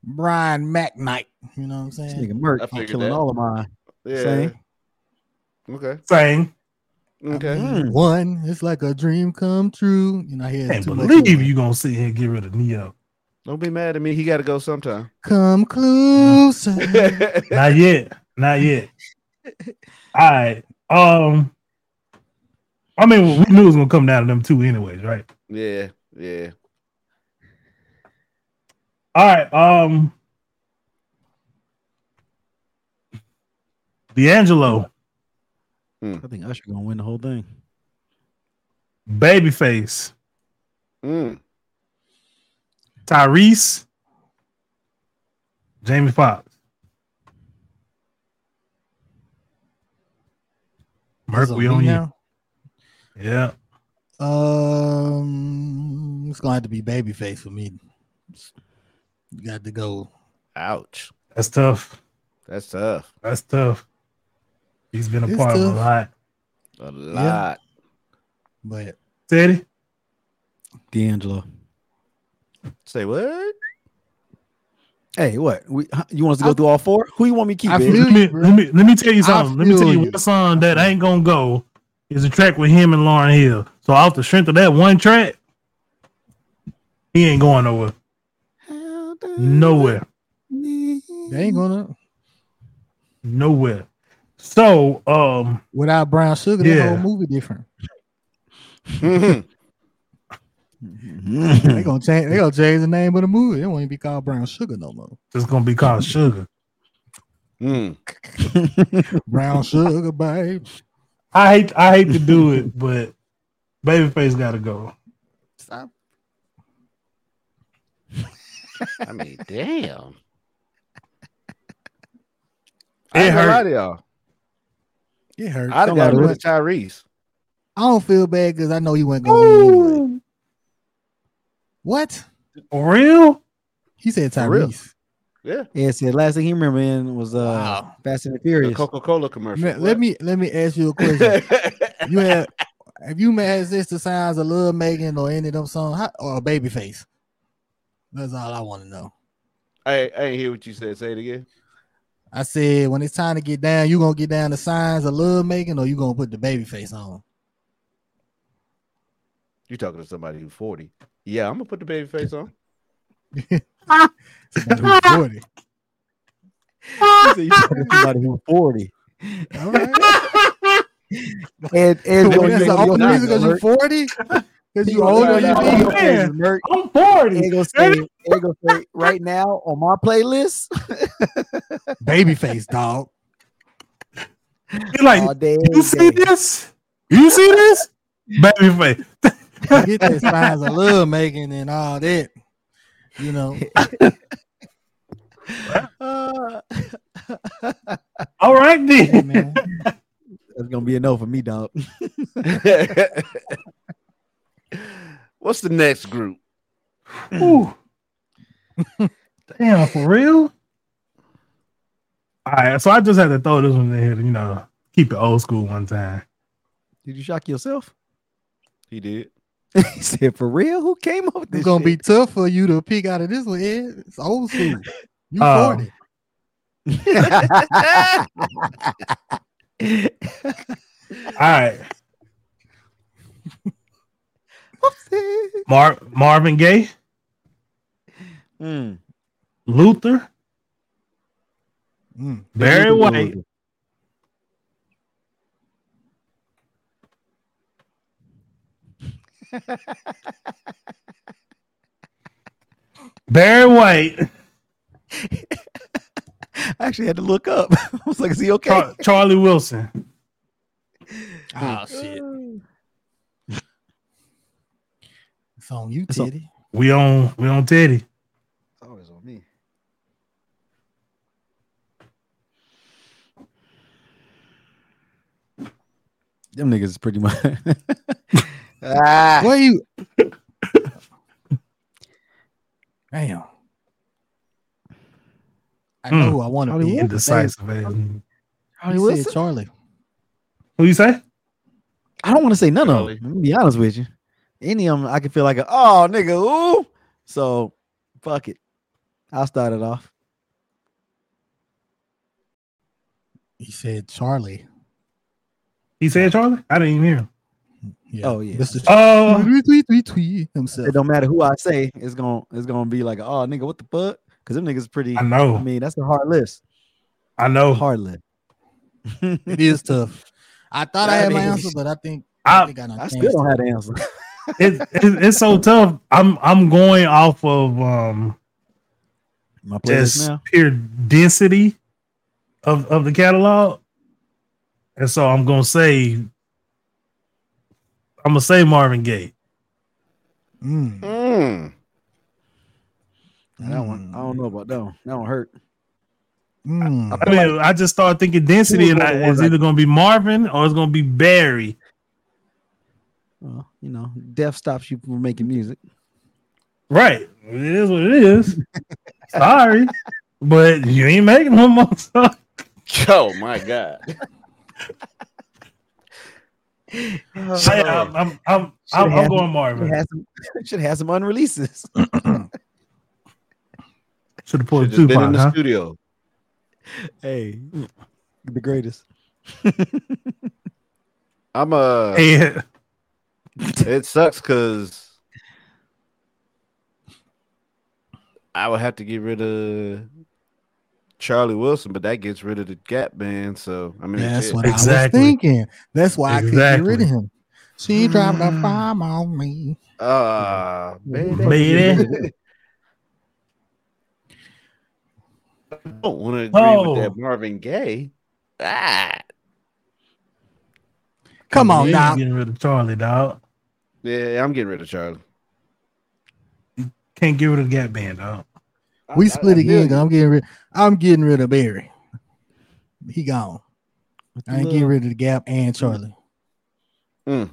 Brian McKnight. You know what I'm
This
saying?
nigga Merck,
I
I'm
figured
killing
that.
all of mine.
Yeah.
Same.
Okay.
Saying,
Okay.
Mm.
One, it's like a dream come true. You know, he has
can't
too much
believe
of a
you gonna sit here and get rid of Neo.
Don't be mad at me. He got to
<laughs>
go sometime.
Come closer.
Not yet. Not yet. All right. Um. I mean, we knew it was gonna come down to them two, anyways, right?
yeah. Yeah.
All right. Um. D'Angelo,
I think Usher gonna win the whole thing.
Babyface,
Mm.
Tyrese, Jamie Foxx. Merc,
That's a
we
V
on you.
now?
Yeah.
Um, it's gonna have to be babyface for me. You got to go.
Ouch.
That's tough.
That's tough.
That's tough. He's been a
It's
part of
tough.
a lot.
A lot.
But
Teddy,
D'Angelo.
Say
<laughs>
what?
Hey, what? We huh, you want us to go through all four? Who you want me to keep?
I
Ed?
feel-
let me, let me let me tell you
I
something. Let me
feel
tell you
you.
one song that ain't gonna go is a track with him and Lauren Hill. So off the strength of that one track, he ain't going nowhere. Nowhere.
they ain't gonna
Nowhere. So um
without brown sugar. The
Yeah.
whole movie different.
Mm-hmm.
Mhm.
They gonna change. They gonna change the name of the movie. It won't even be called brown sugar no more.
it's gonna be called Sugar.
Mm.
Brown sugar, babe.
I hate I hate to do it, <laughs> but Babyface gotta go.
Stop.
I mean, damn.
It
I ain't gonna
hurt.
lie to y'all.
It hurt.
I'd have got
Somebody
rid
would.
of Tyrese.
I don't feel bad because I know you went going. Anyway. What
For real?
he said,
For real.
Tyrese.
Yeah.
Ed said last thing he remember in was uh
Wow.
Fast and the
The
Furious.
Coca Cola commercial.
Ma- Let me let me ask you a question.
What?
you have if you had this the signs of Lil Megan or any of them songs how, or Babyface. That's all I want to know.
<laughs> I, I ain't hear what you said. Say it again.
I said when it's time to get down, you gonna get down the signs of Lil Megan or you gonna put the Babyface on?
You talking to somebody who's 40. Yeah, I'm gonna put the baby face on.
Somebody who's 40.
He said, "You talking to somebody who's 40.
All right.
Ed, Ed's
Well, that's
gonna use
the
your
only
nine,
reason because
Merck.
you're
<laughs>
40? Because
He
you
gonna
older
use
be.
you
your nine,
mean?
Man.
Merck.
I'm 40.
Ed gonna say, Ed gonna say right now on my playlist
Babyface, dog.
He like,
all day.
you see
every day.
this? You see this? Babyface.
Get that signs of Lil Megan and all that. You know,
Uh,
All right <laughs>
hey
then.
<laughs>
man.
that's gonna be a no for me, dog.
what <laughs> What's the next group?
Ooh. Damn, for real? All right, so I just had to throw this one in here to, you know, keep it old school one time.
Did you shock yourself?
He did.
<laughs> he said, "For real? Who came up with this?"
It's gonna be
shit?
tough for you to pick out of this one. Ed. It's old school. You
Uh,
Um,
forty.
<laughs>
All right, Mar- Marvin Gaye,
Mm.
Luther,
Hmm.
Mm.
Barry
<laughs>
White, Barry White,
I actually had to look up. <laughs> I was like, "Is he okay?"
Char- Charlie Wilson.
Oh shit. It's on you,
It's on-
Teddy.
We on we on Teddy.
It's always on me. Them niggas is pretty much. <laughs> ah,
Where you? Damn.
Hmm.
I know
Mm.
who I want to
Probably
be.
He
Oh, Yeah,
indecisive. ass.
Charlie
You
Wilson?
said Charlie.
Who you say?
I don't want to say none
Charlie.
of them. I'm gonna be honest with you. Any of them, I can feel like, a, oh, nigga, ooh. So, fuck it. I'll start it off.
He said Charlie.
He said Charlie. I didn't even hear him.
Yeah.
Oh, yeah.
Mr.
Oh,
Mm-hmm.
Tweet, tweet, tweet, tweet himself.
It don't matter who I say, it's gonna it's gonna be like, oh, nigga, what the fuck? Because them niggas pretty.
I
I,
know. Oh.
mean, that's a hard list.
I know.
Hard list.
It is tough. I thought I
Yeah,
had
it
my
is.
answer, but I think
I-
think I, done
I still
changed
don't
it.
have the answer. <laughs>
It, it, it's so tough. I'm I'm going off of um
My playlist
just
now.
pure density of of the catalog, and so I'm gonna say I'm gonna say Marvin Gaye.
Mm,
Mm.
That one, I
Mm.
don't know about that one. That one hurt.
mm.
I mean, I just started thinking density, and I, it's either gonna be Marvin or it's gonna be Barry.
Well, you know, death stops you from making music.
Right, it is what it is.
<laughs>
Sorry, but you ain't making no more. <laughs> songs.
Oh my god.
I, I'm, I'm, I'm, I'm, I'm going
Should
Marvin.
have some, <laughs> should have
<laughs>
some unreleases.
Should have pulled
Should've just been
Tupac,
in the
huh?
studio.
hey, the <laughs> greatest.
I'm uh
Yeah.
it sucks because I would have to get rid of Charlie Wilson, but that gets rid of the Gap Band. So I mean,
That's
shit.
what I was
Exactly.
thinking. That's why I couldn't get rid
Exactly.
of him. She dropped a
Mm.
bomb on me.
Ah, baby.
Baby.
I don't want to agree
Oh.
with that Marvin Gaye. Ah,
Come on,
You ain't
Doc.
Getting rid of Charlie, dog.
yeah, I'm getting rid of Charlie.
Can't get rid of the Gap Band, dog.
I-
We
I-
split
I feel
again. 'cause
you.
I'm getting rid. I'm getting rid of Barry. He gone. I ain't getting rid of the Gap and Charlie.
Mm.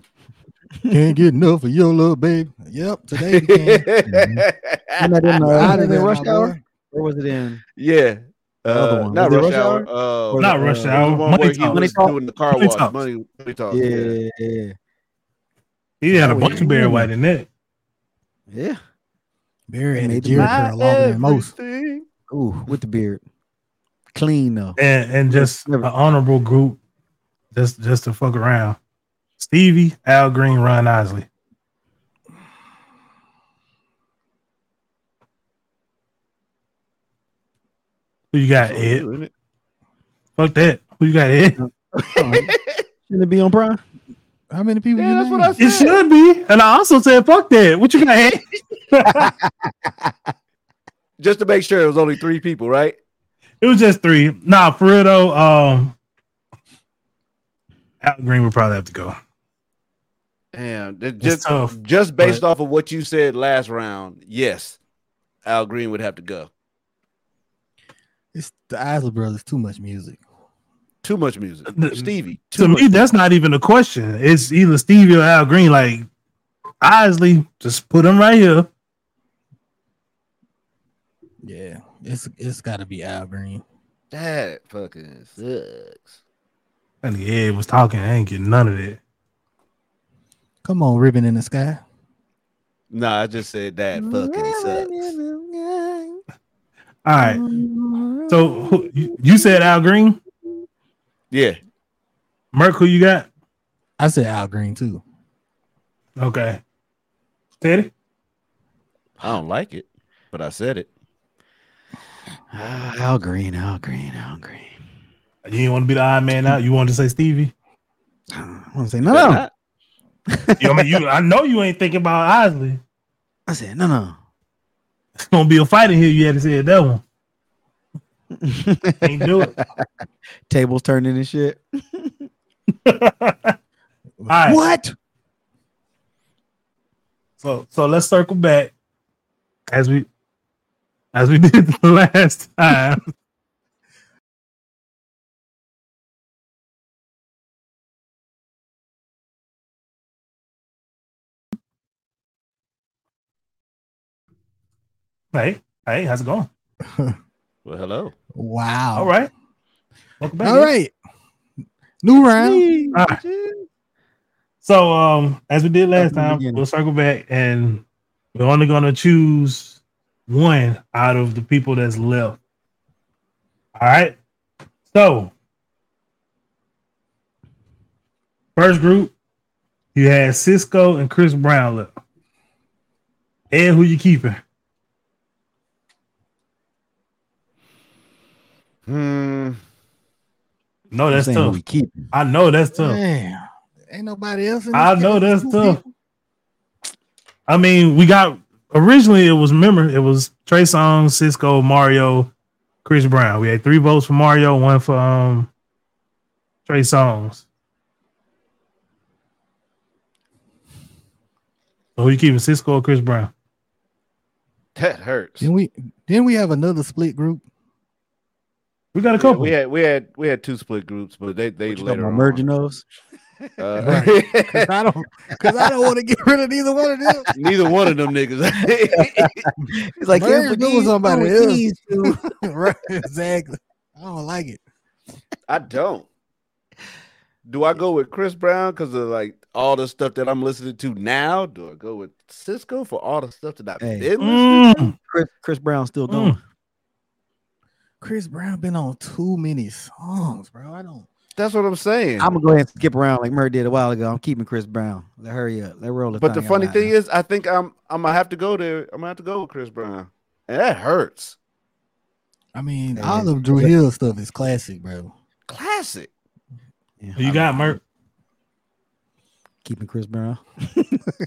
Can't get enough of your little baby. Yep, today you can.
<laughs> Wasn't that in, uh,
Outta
in
there,
rush
my
hour?
boy.
Or was it in
<laughs> yeah,
other
uh,
one.
not
Was it
rush
Rush
hour.
Hour?
Uh,
Or
Not
the-
Rush
uh,
the
Hour.
one
Money
where he
Talk.
was
Talk.
doing the car
Money
wash.
Talk.
Money, money talk. Oh, yeah.
Yeah, yeah.
He had a
Oh,
bunch
yeah.
of Barry White in that.
Yeah.
Barry had a
Made the
Jerry curl longer than most.
Everything.
Ooh, with the beard. Clean <laughs> though.
And and just an
Never-
honorable group just just to fuck around. Stevie, Al Green, Ron Isley. Who you got, Ed?
Ooh, isn't it?
Fuck that. Who you got, Ed?
Shouldn't it be on Prime?
How many people?
Yeah,
you
that's what
named?
I said.
It should be. And I also said, fuck that. What you got, Ed?
Just to make sure it was only three people, right?
It was just three. Nah, for real though, um, Al Green would probably have to go.
Damn, that-
It's
just
tough.
just based off of what you said last round, yes, Al Green would have to go.
It's the Isley Brothers. Too much music.
Too much music,
The-
Stevie. Too
To
much.
me, that's not even a question. It's either Stevie or Al Green. Like Isley, just put him right here.
Yeah, it's it's got to be Al Green.
That fucking sucks.
And the Ed was talking. I ain't getting none of that.
Come on, ribbon in the sky.
No, I just said that fucking sucks.
All right. So who, you, you said Al Green,
Yeah,
Merk, who you got?
I said Al Green too.
Okay, Teddy.
I don't like it, but I said it.
Al Green, Al Green, Al Green.
You didn't want to be the odd man out. You wanted to say Stevie.
I want to say no, no.
You, I mean, you. I know you ain't thinking about Isley.
I said no, no.
It's gonna be a fight in here. You had to say that one. Can't do it.
Tables turning and shit.
All right.
What?
<laughs> So so let's circle back as we as we <laughs> did the last time. hey, hey, how's it going?
Well, hello.
Wow.
All right. Welcome back.
All right. New round.
All right. So um as we did last
From the
time,
beginning.
we'll circle back and we're only gonna choose one out of the people that's left. All right. So first group, you had Cisco and Chris Brown left. Ed, who you keeping?
Hmm.
No, that's
I'm saying
tough.
we keep.
I know that's tough.
Damn. Ain't nobody else. In
I
this
know
game.
that's
Two
tough.
people.
I mean, we got originally it was remember it was Trey Songz, Cisco, Mario, Chris Brown. We had three votes for Mario, one for um Trey Songz. So who you keeping, Cisco or Chris Brown?
That hurts.
Didn't we? Didn't we have another split group?
We got a
Yeah,
couple.
we had we had we had two split groups, but they they
You talking
later
about
on.
merging <laughs> those?
Uh, <laughs>
Cause I don't. Cause I don't want to get rid of either one
<laughs>
of them. <laughs>
neither one of them niggas.
It's like
Merge
here for
them with
these,
somebody
over
else.
these two.
right. Exactly. I don't like it.
I don't. Do I go with Chris Brown because of like all the stuff that I'm listening to now? Do I go with Cisco for all the stuff that I've
Hey.
been listening?
Mm,
Chris, Chris Brown's still going.
mm.
Chris Brown been on too many songs, bro. I don't.
That's what I'm saying.
I'm gonna go ahead and skip around like Murray did a while ago. I'm keeping Chris Brown. Let hurry up. Let roll.
but the funny thing is, I think I'm I'm gonna have to go there. I'm gonna have to go with Chris Brown, and that hurts.
I mean,
Hey,
all of Drew Hill stuff is classic, bro.
<laughs>
Classic.
Who you got Merc?
keeping Chris Brown.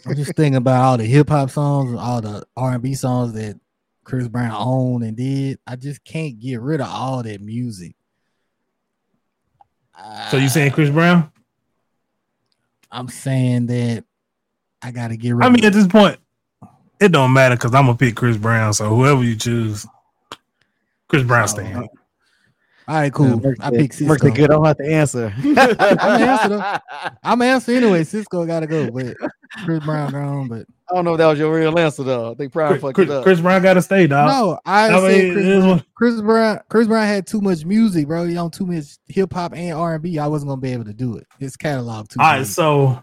I'm just thinking about all the hip hop songs and all the R and B songs that Chris Brown owned and did. I just can't get rid of all that music.
So you saying Chris Brown?
I'm saying that I gotta get rid.
I mean,
of
at this point, it don't matter because I'm gonna pick Chris Brown. So whoever you choose, Chris Brown stand.
all right, cool.
Merc
I
said-
pick
Merc said,
Cisco.
good. <laughs> I don't have to answer.
answer I'm answer anyway. Cisco gotta go, but Chris Brown
<laughs>
gone. But
I don't know if that was your real answer though. They probably
Chris,
fucked
Chris-
it up.
Chris Brown gotta stay, dog.
no, I,
Uh, I
said
mean,
Chris,
it is what-
Chris Brown. Chris Brown had too much music, bro. He on too much hip hop and R and B. I wasn't gonna be able to do it. His catalog too.
all right.
big.
So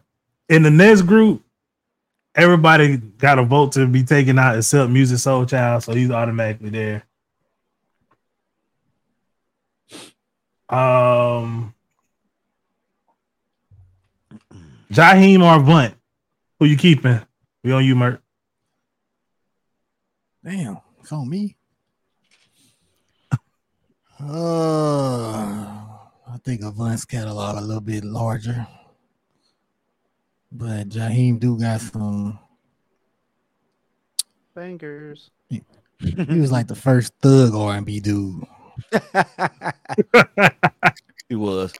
in the next group, everybody got a vote to be taken out except Music Soul Child, so he's automatically there. Um, Jaheim or Blunt, who you keeping? We on you, Mert.
Damn, it's on me. Uh, I think Avant's catalog a little bit larger, but Jaheim do got some.
Bangers.
He was like the first thug R and B dude.
He was.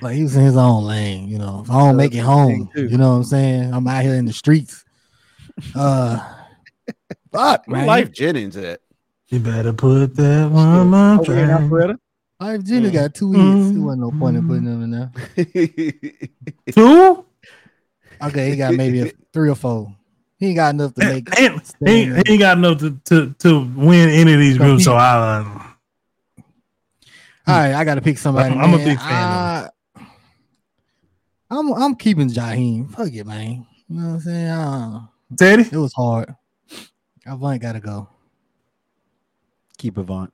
Like he was in his own lane, you know. If I don't make it home,
too.
you know what I'm saying. I'm out here in the streets. Uh, fuck,
Where
man.
Life Jennings at? <laughs>
You better put that one on
Over here in
track.
Alpharetta.
Life Jenny
Mm.
got two hits. There wasn't no point in
Mm.
putting him in there.
Two?
Okay, he
<laughs>
got maybe a three or four. He ain't got enough to make.
And he, ain't- he ain't got enough to, to, to win any of these
So
groups,
he-
so I uh,
All right, I got to pick somebody.
I'm- I'm a
man.
big fan of
I, I'm I'm keeping Jaheim. Fuck it, man. You know what I'm saying? Uh,
Teddy.
it was hard. I might gotta go.
Keep Avant.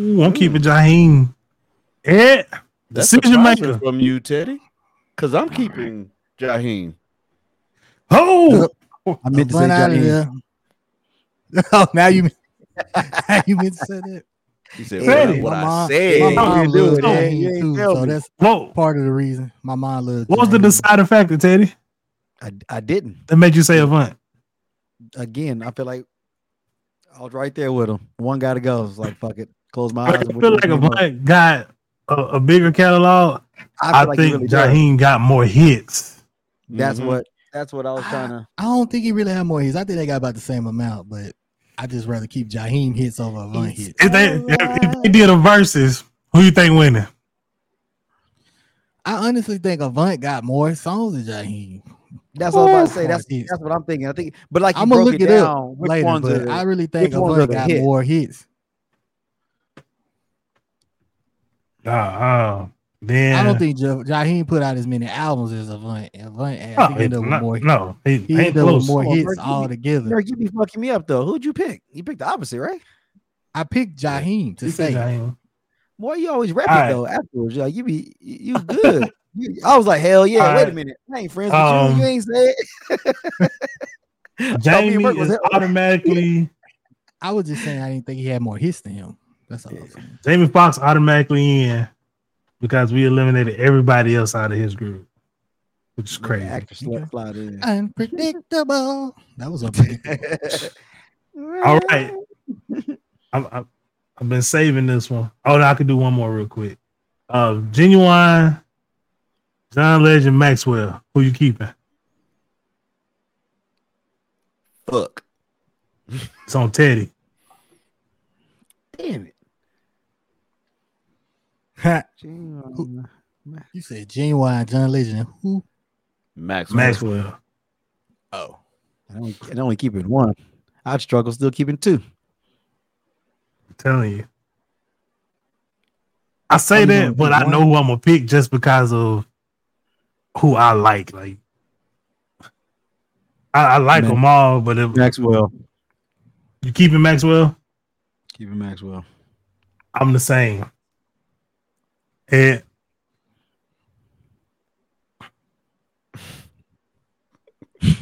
Ooh, I'm keeping Jaheim. Eh? Yeah,
That's
decision
surprising
maker.
from you, Teddy. Because I'm keeping Jaheim.
<laughs>
Oh,
I meant to say
Run out of
Jaheim.
there. <laughs> Oh, now you now you meant to say that.
He said,
Teddy.
"Well, what
My
I
mom-
said.
my
you
mom
didn't do
loved
it.
Jaheim
You ain't
too,
tell
so
me."
that's
whoa!
part of the reason my mom loved.
What was the
Jaheim.
deciding factor, Teddy,
I, I didn't.
that made you say Avant?
Again, I feel like I was right there with him. One got to go. I was like, fuck it. Close my eyes.
Uh,
I
and
feel
which
like
one came up.
Avant got a, a bigger catalog. I,
like he
think
really does.
Jaheim got more hits.
That's
Mhm.
what. That's what I was trying to.
I don't think he really had more hits. I think they got about the same amount, but I just rather keep Jaheim hits over Avant
It's-
hits.
If they, if, if they did a versus, who you think winning?
I honestly think Avant got more songs than Jaheim.
That's what I'm about to say.
Ooh.
That's
Hits.
that's what I'm thinking. I think, but like you
I'ma
broke
look
it
it up
down. which
later,
ones
but
are,
I really think
which ones are
Avant
the
got
hits?
more hits.
Uh, uh, then
I don't think ja- Jaheim put out as many albums as Avant. Avant I
No,
think he ended up with
no,
more.
no, he,
He
ain't
ended up with
close.
more
Come on,
hits
bro, give me-
all together.
Eric, you be fucking me up though. Who'd you pick? You picked the opposite, right?
I picked Jaheim to
He
say.
said Jaheim.
Boy, you always rap
Alright.
it though. Afterwards, You're like, you be you you good. You- I was like, hell yeah. Wait a
Alright.
minute, I ain't friends with you. You
Um,
ain't say it. I mean,
Jamie
Merk was
is
hit.
automatically
I was just saying I didn't think he had more hits than him. That's all. I was saying.
Jamie Foxx automatically in because we eliminated everybody else out of his group, which is crazy.
Actor slide,
<laughs>
slide in. <laughs>
Unpredictable. That was unpredictable.
All right. I'm, I'm, I've been saving this one. Oh, no, I could do one more real quick. Uh, Genuine, John Legend, Maxwell. Who you keeping?
Fuck.
It's on Teddy.
Damn it.
Who- you said Genuine, John Legend, and who?
Max.
Maxwell.
Oh,
I only, I only keep it one. I'd struggle still keeping two.
I'm telling you. I say
I'm gonna
that, but
pick
I know who I'm gonna pick just because of who I like. Like, I, I like
Max-
them all, but if
Maxwell.
you keeping Maxwell,
Keep it Maxwell.
I'm the same. And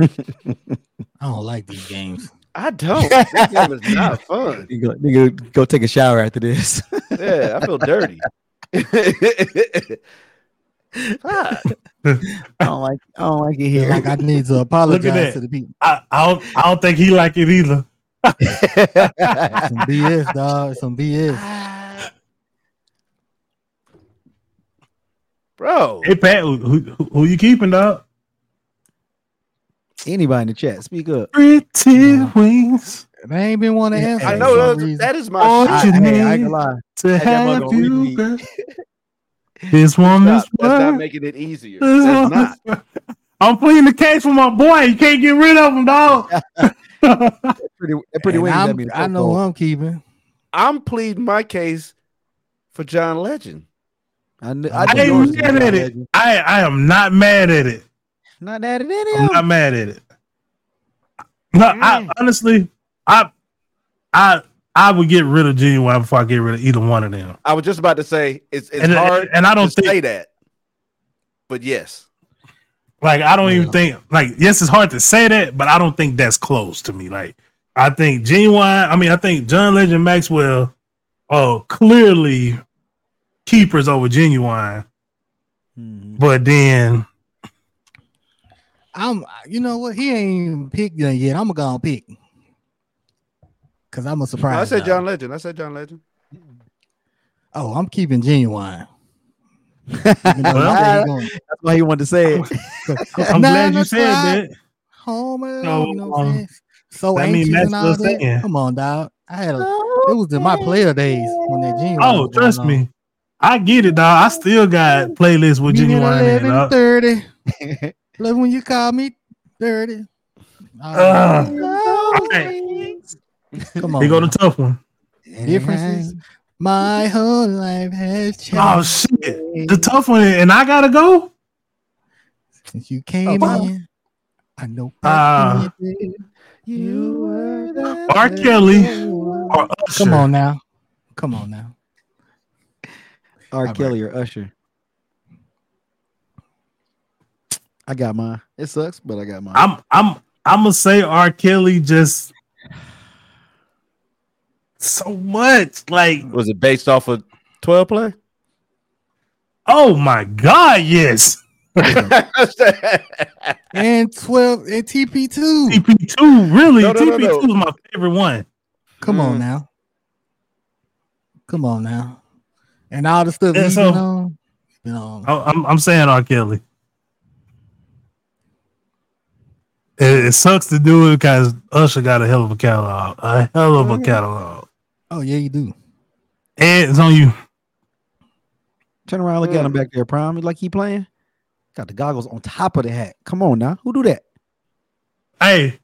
I don't like these games.
I don't. This game is not fun.
You go, nigga, go take a shower after this.
Yeah, I feel dirty. <laughs> Fuck.
I don't like I don't like it here.
Like I
<laughs>
need to
that.
apologize to the people.
I, I don't I don't think he like it either.
Some BS, dog. Some BS.
Bro.
Hey Pat, who, who, who you keeping dog?
<laughs> Anybody in the chat, speak up.
Pretty
Yeah.
wings
They ain't been want to answer.
I
for
know
some
that was,
reason.
that is my
Oh,
shit.
I,
Your
hey, I
name.
ain't gonna lie.
to
Hey, that
have
motherfucker, we
you.
<laughs>
need-
girl. This one is
Stop. That's not
mine.
making it easier.
This one
That's not.
is mine. I'm pleading the case for my boy. You can't get rid of him, dog.
Pretty, that pretty
And
wings
I'm-
at me.
I know I'm keeping.
I'm pleading my case for John Legend.
I, kn-
I
I
knew yours
ain't
was
mad
John
at it.
Legend.
<laughs> I I am not mad at it.
Not that at any
I'm
of
not
them.
mad at it. No, I
Mm.
honestly, I, I, I would get rid of Genuine before I get rid of either one of them.
I was just about to say it's it's
and uh,
hard
and I don't
to
think
say that, but yes,
like I don't even
Yeah.
think like yes, it's hard to say that, but I don't think that's close to me. Like I think Genuine. I mean, I think John Legend Maxwell are clearly keepers over Genuine,
<laughs>
Hmm.
Mhm.
but then
I'm. You know what? He ain't even picked none yet. I'm gonna pick. Cause I'm a surprise.
I said
dog.
John Legend. I said John Legend.
Oh, I'm
<laughs>
keeping genuine. Even though
Well-
you say you gonna-
That's why he wanted to
<laughs>
say it.
I'm
Nine
glad you said
o'clock,
that.
Homer,
So,
you know what I'm
um,
saying? So
that mean
anxious
Matt's
and all
still
that.
singing.
Come on, dog. I had a, it was in my player days when that genuine.
Oh,
was going
trust
on.
me. I get it, dog. I still got playlists with
Meet at
Genuine in, dog.
11:30. Like when you call me dirty. All right,
Uh,
come on.
here go the
now.
tough one.
differences. My whole life has changed.
Oh shit, the tough one, and I gotta go.
Since you came
Oh.
in, I know.
Uh,
you were the
R. Kelly or Usher.
Come on now. Come on now.
R.
right.
Kelly or Usher. I got mine. It sucks, but I got mine.
I'm I'm I'm gonna say R. Kelly just so much. Like,
Was it based off of 12 <laughs> play?
oh my god, yes.
And 12 and TP2.
TP two really.
No, no, no,
TP two is my favorite one.
Come on now. Come on now. And all the stuff
Yeah,
he's
so-
been on. Been on.
I, I'm I'm saying R. Kelly. It, it sucks to do it because Usher got a hell of a catalog, a hell of a catalog,
Oh, yeah, you do.
and it's on you.
Turn around, look
Mm.
at him back there, prime. Like he playing. Got the goggles on top of the hat. Come on now. Who do that?
Hey,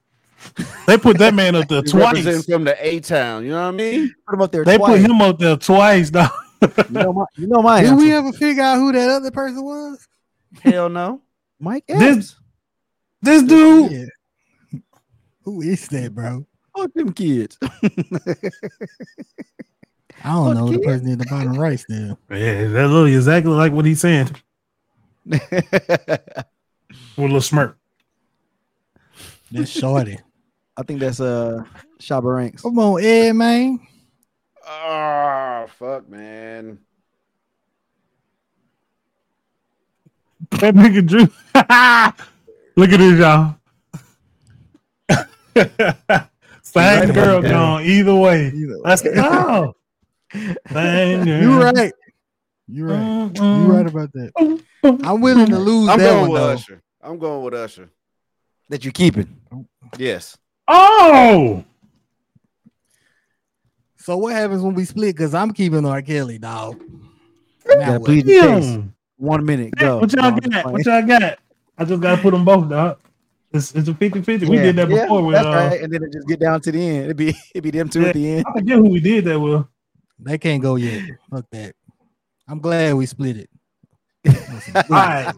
they put that man up there
<laughs> You represent
twice.
from the A town, you know what I mean?
Put him up there
They put
twice.
him up there twice, dog. <laughs>
you know my, you know
<laughs>
my
Did
answer.
we ever figure out who that other person was?
Hell no.
Mike
This-
Epps.
This dude,
Yeah. Who is that, bro?
Fuck them kids.
I don't know. The
Okay.
person in the bottom
<laughs>
right still.
yeah, that look exactly like what he's saying
<laughs> I
with a little smirk. <laughs>
That's shorty.
think that's uh Shabba Ranks.
Come on, Ed, man.
Oh fuck, man.
That nigga Drew. <laughs> look at this, y'all. <laughs> Same girl gone either way. Let's <laughs> go. Same girl.
You right.
Uh,
You right. You right
Mm,
about that.
mm,
I'm willing to
Mm-hmm.
lose
I'm
that
going
one
with
though.
Usher. I'm going with Usher.
That you keeping.
Yes.
Oh,
So what happens when we split? Because I'm keeping R. Kelly, dog.
Gotta
Now what?
plead your case.
damn.
One minute.
Hey,
Go.
what
No,
y'all
I'm just
got?
playing.
What y'all got? I just gotta put them both, dog. It's, it's a 50 50. We
Yeah,
did that
yeah,
before with
that's
uh,
right. And then it just get down to the end. It'd be it'd be them two at the end.
I forget who we did that with.
They can't go yet. Fuck that. I'm glad we split it.
All right.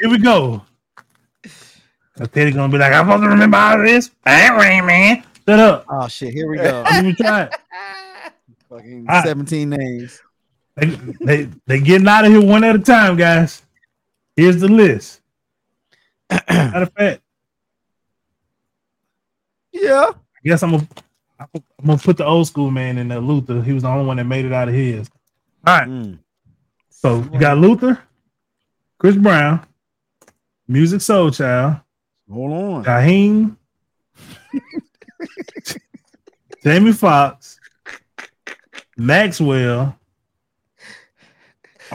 Here we go. So Teddy gonna be like, I'm supposed to remember all of this. I ain't rain, man. Shut up.
<laughs> Oh shit, here we go.
Let me try it.
<laughs> Fucking
All right.
17 names.
They, they, they getting out of here one at a time, guys. Here's the
<clears throat>
list. Matter of fact,
Yeah.
I guess I'm gonna I'm gonna put the old school man in there, Luther. He was the only one that made it out of his. All right.
Mm,
So you got Luther, Chris Brown, Music Soul Child,
Hold on.
Jaheim, Jamie Foxx, Maxwell,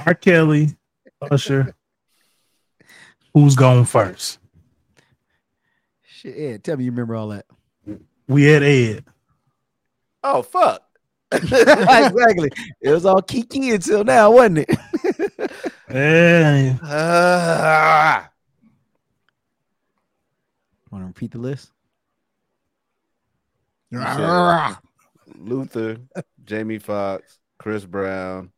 R. Kelly, Usher. Who's going first?
Shit, Ed, tell me you remember all <laughs> that.
We at Ed.
Oh fuck.
exactly. It was all Kiki until now, wasn't it?
Eh,
Ah.
Want to repeat the list?
Luther, Jamie Foxx, Chris Brown,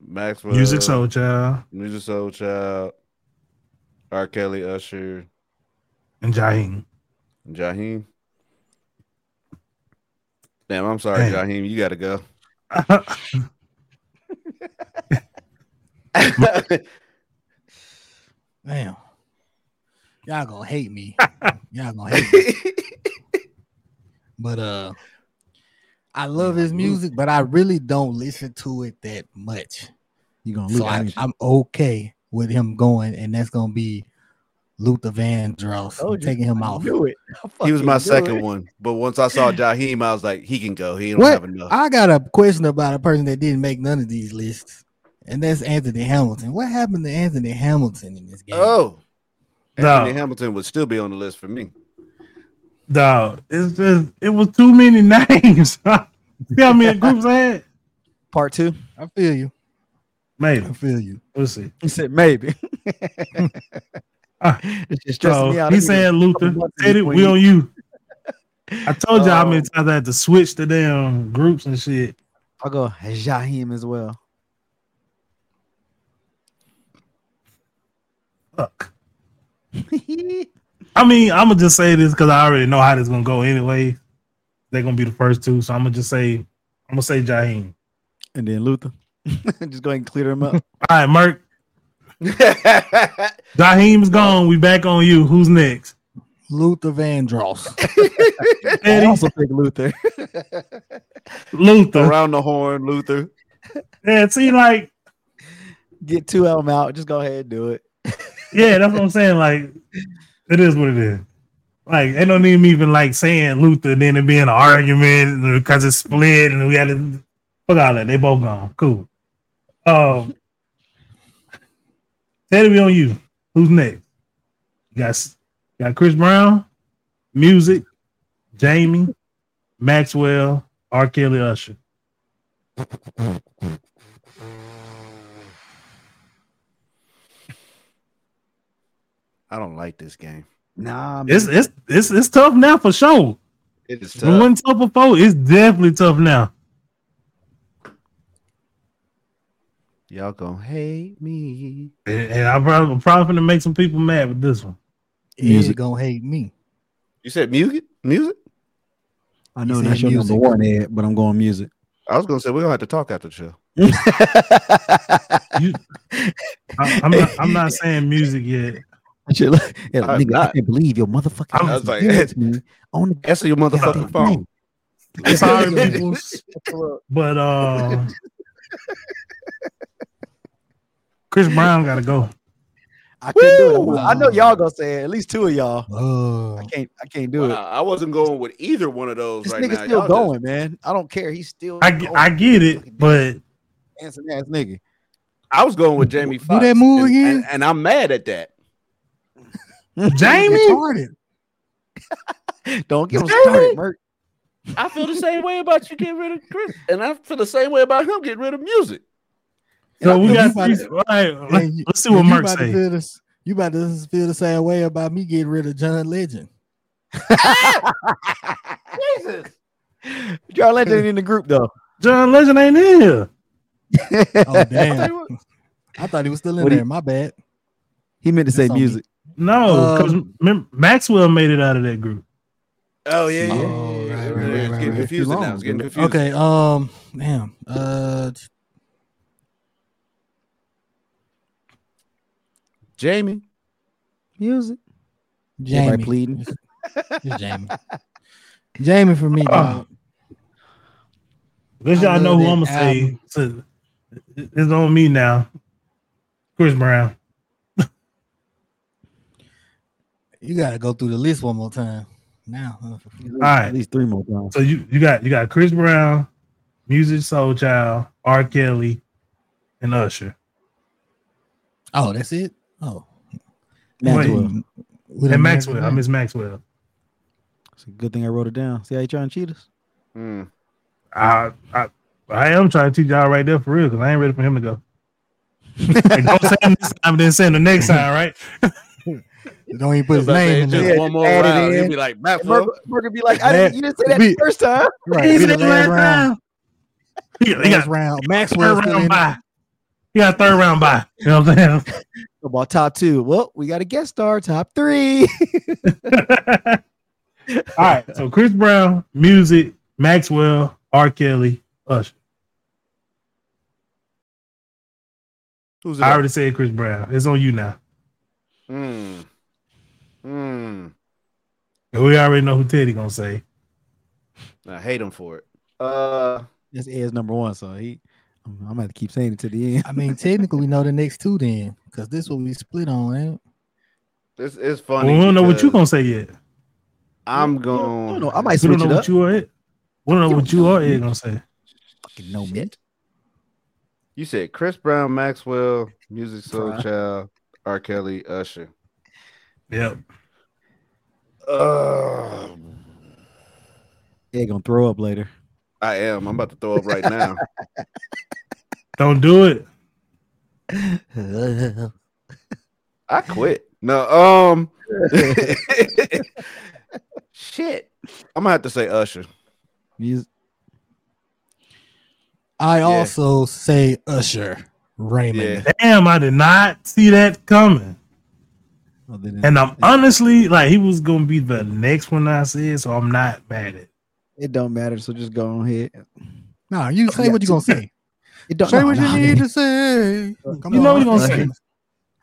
Maxwell,
Music Soul Child
Music Soul Child, R. Kelly, Usher,
and <laughs> Jaheim.
and Jaheim. Damn, I'm sorry,
Damn.
Jaheim. You gotta <laughs> go.
Damn. Y'all gonna
<laughs>
hate me. Y'all gonna hate me. But uh I love his music, but I really don't listen to it that much.
You're going to lose.
So I, I'm okay with him going, and that's gonna be Luther Vandross
Told you.
taking him
I
off.
knew it. I
he was my
fucking knew
second
it.
one, but once I saw Jaheim, I was like, he can go. He don't
What?
have enough.
I got a question about a person that didn't make none of these lists, and that's Anthony Hamilton. What happened to Anthony Hamilton in this game?
oh,
No.
Anthony Hamilton would still be on the list for <laughs> me.
Dog, it's just it was too many <laughs> names. See how many groups I had?
Part two.
I feel you.
Maybe
I feel you.
we'll see.
He said maybe. <laughs> Uh, it's just stressing me
So
out.
he
every day.
said Luther.
Couple months in
Teddy, we
between.
on you. I told you how many
Oh.
times I had to switch to damn groups and shit.
I'll go Jaheim as well. <laughs>
Fuck. I mean, I'm gonna just say this because I already know how this gonna go anyway. They're gonna be the first two, so I'm gonna just say I'm gonna say Jaheim.
and then Luther. <laughs> just go ahead and clear him <laughs> up.
All right, Merk. Jaheim's gone. We back on you. Who's
<laughs>
next?
Luther <laughs> Vandross.
I
Eddie
also pick Luther. <laughs>
Luther.
Around the horn, Luther.
Yeah, see, like,
Get two of them out. Just go ahead and do it.
yeah, that's what I'm saying. Like, it is what it is. Like, they don't even even like saying Luther, then it being an argument because it's split and we had to fuck all that. They both gone. Cool. Um, Teddy, we on you. Who's next? You got s- you got Chris Brown, music, Jamie, Maxwell, R. Kelly, Usher.
I don't like this game.
Nah, man.
It's it's it's it's tough now for sure.
It is
It wasn't tough before. It's definitely tough now.
Y'all gonna hate me.
And, and I probably, I'm probably gonna make some people mad with this one.
Music gonna hate me.
You said music? Music?
I know
He
that's
said
your number
music.
one, Ed, but I'm going music.
I was gonna say we're gonna have to talk after the show.
You, I, am not, I'm <laughs> not saying music yet.
<laughs> Shit, look- yeah,
I'm
nigga, I
not.
can't believe your motherfucking
I'm-
I was
ass
like,
did it to me on the
Answer your motherfucking phone.
It's <laughs> hard, people, but uh, Chris Brown gotta go.
I can't do it. I'm
Woo!
like, I know y'all gonna say it. at least two of y'all.
Oh,
I can't. I can't do
Wow,
it.
I wasn't going with either one of those
This
right
nigga's
now.
still
Y'all just-
going, man. I don't care. He's still.
I ge- I get it, but
handsome ass nigga.
I was going with Jamie
Do
Foxx.
that move
and-
again?
and- and I'm mad at that.
Jamie,
retarded.
<laughs> Don't get him
Jamie?
started, Merc.
I feel the same way about you getting rid of Chris, and I feel the same way about him getting rid of music.
so we
You
got
about to-
three. All right,
Hey,
let-
you-
let's see what
you
Mark
about to
say.
feel this- You about to feel the same way about me getting rid of John Legend.
Jesus,
John Legend in the group though.
John Legend ain't in here.
<laughs>
Oh damn! I thought he was still in
What do
there.
you-
My bad.
<laughs> he meant to say
That's on me.
music.
No, because
Um,
Maxwell made it out of that group.
Oh yeah, yeah. yeah,
Oh, right,
yeah. it's
right, right, right,
getting
right.
confusing
Too
now.
long,
It's getting
dude.
confusing.
Okay. Um. Damn. Uh.
Jamie.
Music. Everybody
Jamie.
pleading.
It's, it's Jamie. Jamie for me. dog.
Let
I
y'all know
love
who
that
I'm gonna say. So, it's on me now. Chris Brown.
you gotta go through the list one more time. Now. huh?
right.
At least three more times.
So you, you got you got Chris Brown, Music Soul Child, R. Kelly, and Usher.
Oh, that's it. Oh.
Maxwell.
Wait.
We done
And
married
Maxwell. I
tonight.
miss Maxwell.
It's a good thing I wrote it down. See how you trying to cheat us?
Hmm.
I I I am trying to teach y'all right there for real because I ain't ready for him to go. Like, don't say him this time, then say him the
<laughs>
next time, right?
Don't even
I
put
was
his
about to say,
name in
it's just
there.
one more
add it
round.
in.
He'd be like, Matt,
Merc Merc would be like, I didn't, you didn't say that
Be-
the first time.
Right. Be the last round.
He got, he
Last
got
round.
third
Maxwell still in
round
there.
bye. He got third round bye. You know what I'm saying?
About top two. Well, we got a guest star, top three. <laughs>
<laughs> All right, so Chris Brown, music, Maxwell, R. Kelly, Usher.
Who's it?
I already said Chris Brown. It's on you now.
Hmm. Hmm.
And we already know who Teddy gonna say.
I hate him for it. Uh,
That's Ed's number one, so he. I'm I'm gonna have to keep saying it to the end.
I mean, technically, we know the next two then, because this what we split on, eh? ain't
it's it's
Well,
funny.
we don't know what you
because
gonna say yet.
I'm
I
going.
don't know. I might
We don't
switch
know
it
what
up.
you are. It. We don't know what you are. Ed gonna say.
Fucking know <laughs> me.
You said Chris Brown, Maxwell, Music Soul
Bruh.
Child, R. Kelly, Usher.
Yep.
Uh,
Ed gonna throw up later.
I am. I'm about to throw up right now.
Don't do it.
I quit. No, <laughs> um, shit. I'm gonna have to say Usher.
Music.
I
Yeah.
also say Usher Raymond.
Damn, I did not see that coming.
other than-
And I'm honestly like he was gonna be the next one I said, so I'm not mad at.
it don't matter. So just go on ahead.
Nah, you say what you gonna say.
It don't
Say
no,
what
nah,
you
I
need
mean,
to say. Come
You know what you gonna
Usher.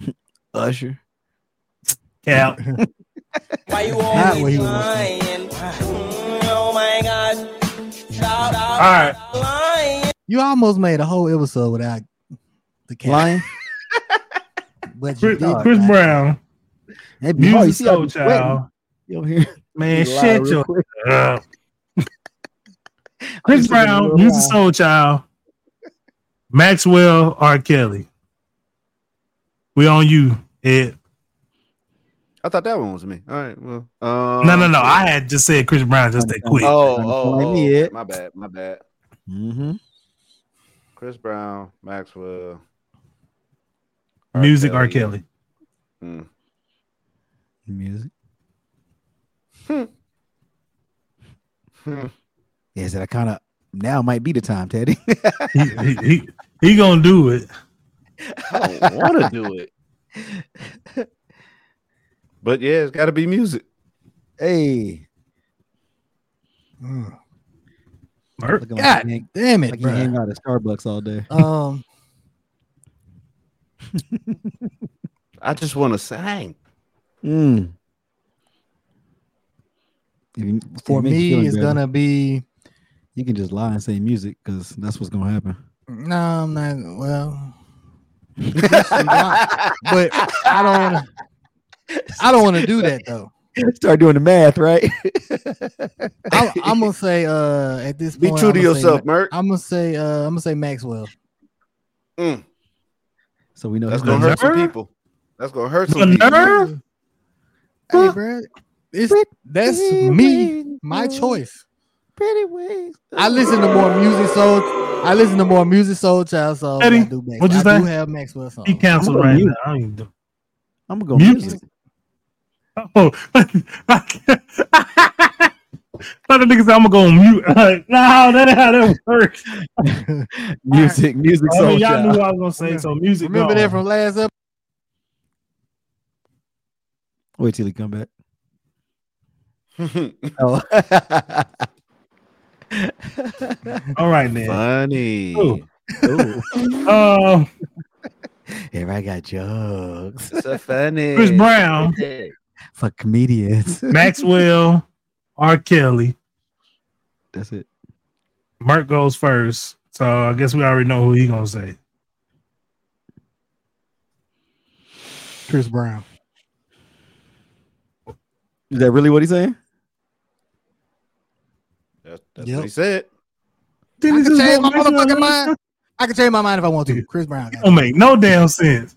say.
Usher. <laughs>
Cap.
Why you
Not what
always
he was
lying? Mm, Oh my God! Stop,
All right.
lying.
You almost made a whole episode without the cat.
Lion.
But you
Chris,
did,
Chris
man.
Brown,
Hey,
music
boy, Oh, you see, I
soul
be sweating.
child.
You over here.
Man,
You lie
shut
real
your
quick.
<laughs>
Oh,
up. Chris
just looking
Brown,
real
music
wild.
soul child. Maxwell R. Kelly. We on you, Ed.
I thought that one was me. All right. Well, um,
No, no, no. I had just said Chris Brown just that quick.
Oh,
Don't
oh,
blame
oh,
me yet.
my bad, my bad.
Mm-hmm.
Chris Brown, Maxwell, R.
Music R.
Kelly.
Kelly.
Mm.
Music.
Hmm. Hmm.
Yeah, said I kind of now might be the time, Teddy. <laughs>
He, he, he, he gonna do it.
I don't want to do it. <laughs> But yeah, it's got to be music.
hey,
Mm.
Merp.
looking
God
like, you
damn
hang,
it,
like you hang
bro.
out at Starbucks all day.
Um,
I just want to sing.
Mm. If you- if
for
it makes you
me,
feel
it's
better,
gonna be
You can just lie and say music because that's what's gonna happen.
no. I'm not. Well, but I don't want to. I don't want to do that though.
<laughs> Start doing the math, right? <laughs>
I, I'm gonna say uh at this
Be
point.
true to
I'm gonna
yourself,
Say,
Merc.
I'm gonna say uh I'm gonna say Maxwell.
Mm,
so we know
that's
he's
gonna
The
hurt some
nerve?
people. That's gonna hurt
The
some people.
nerve?
Hey, bro, it's that's
Pretty
me,
wings,
my
oh,
choice.
Pretty wings.
I listen to more music soul. I listen to more music soul child songs. than I
Eddie,
do Maxwell.
what'd you
I
say?
do have Maxwell songs.
He canceled
I'm
right
mute.
now. I don't even do
I'm gonna go
Music.
music.
Oh, <laughs> Lot of niggas, I'm gonna go on mute. <laughs> Like, no, that ain't how that works.
<laughs> Music, music,
I mean,
soul
y'all knew
child.
what I was gonna say. So music.
Remember
gone.
that from last episode?
Wait till he come <laughs> back. <laughs>
Oh.
All right, man.
<laughs> Funny.
Ooh.
Ooh.
Uh,
Here I got jokes
It's a funny.
Chris Brown,
for <laughs> comedians.
Maxwell, R. Kelly.
That's it.
Mark goes first, so I guess we already know who he gonna say.
Chris Brown.
Is that really what he's saying?
That's, that's
Yep.
what he said.
I
Didn't he
can
just
change
go
my
Maxwell?
motherfucking mind. I can change my mind if I want to. Chris Brown.
Don't make no damn sense.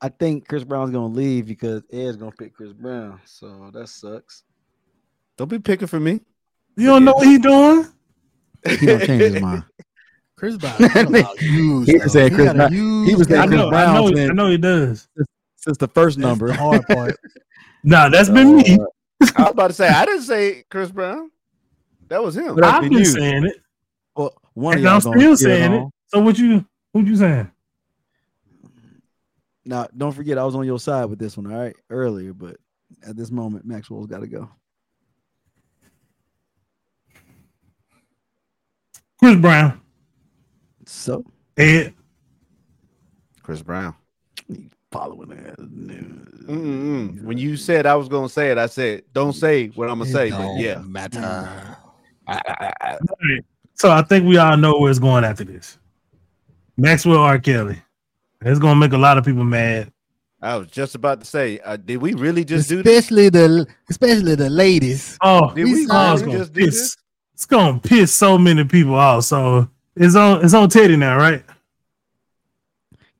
I think Chris Brown's gonna leave because Ed's gonna pick Chris Brown. So that sucks.
Don't be picking for
<laughs>
me.
You don't know what he doing.
He gonna change his <laughs> mind.
Chris
<laughs>
Brown. He got a huge
He was
song.
saying Chris
got a
Brown-
huge
he was saying
I
song.
Chris
know, I
Brown
know,
said-
I know he does.
Since the first
That's
number.
the hard
<laughs>
part.
Nah, that's been me.
I was about to say I didn't say Chris Brown. That was him.
But I-
I've
been
been
you.
saying it,
Well, one of
and
y'all
I'm
gonna
still
get
saying it.
on.
So what you? What you saying?
Now, don't forget, I was on your side with this one, all right, earlier, but at this moment, Maxwell's got to go.
Chris Brown,
So,
Ed.
Chris Brown.
following that.
Mm-mm. When you said I was gonna say it, I said don't say what I'm gonna
It
say. But
don't
yeah,
matter.
So I think we all know where it's going after this. Maxwell R. Kelly. It's gonna make a lot of people mad.
I was just about to say. Uh, did we really just do this?
especially the especially the ladies.
Oh,
Did
we
we
saw
oh,
was
it's
really
gonna
just do
piss.
this?
It's gonna piss so many people off. So it's on. It's on Teddy now, right?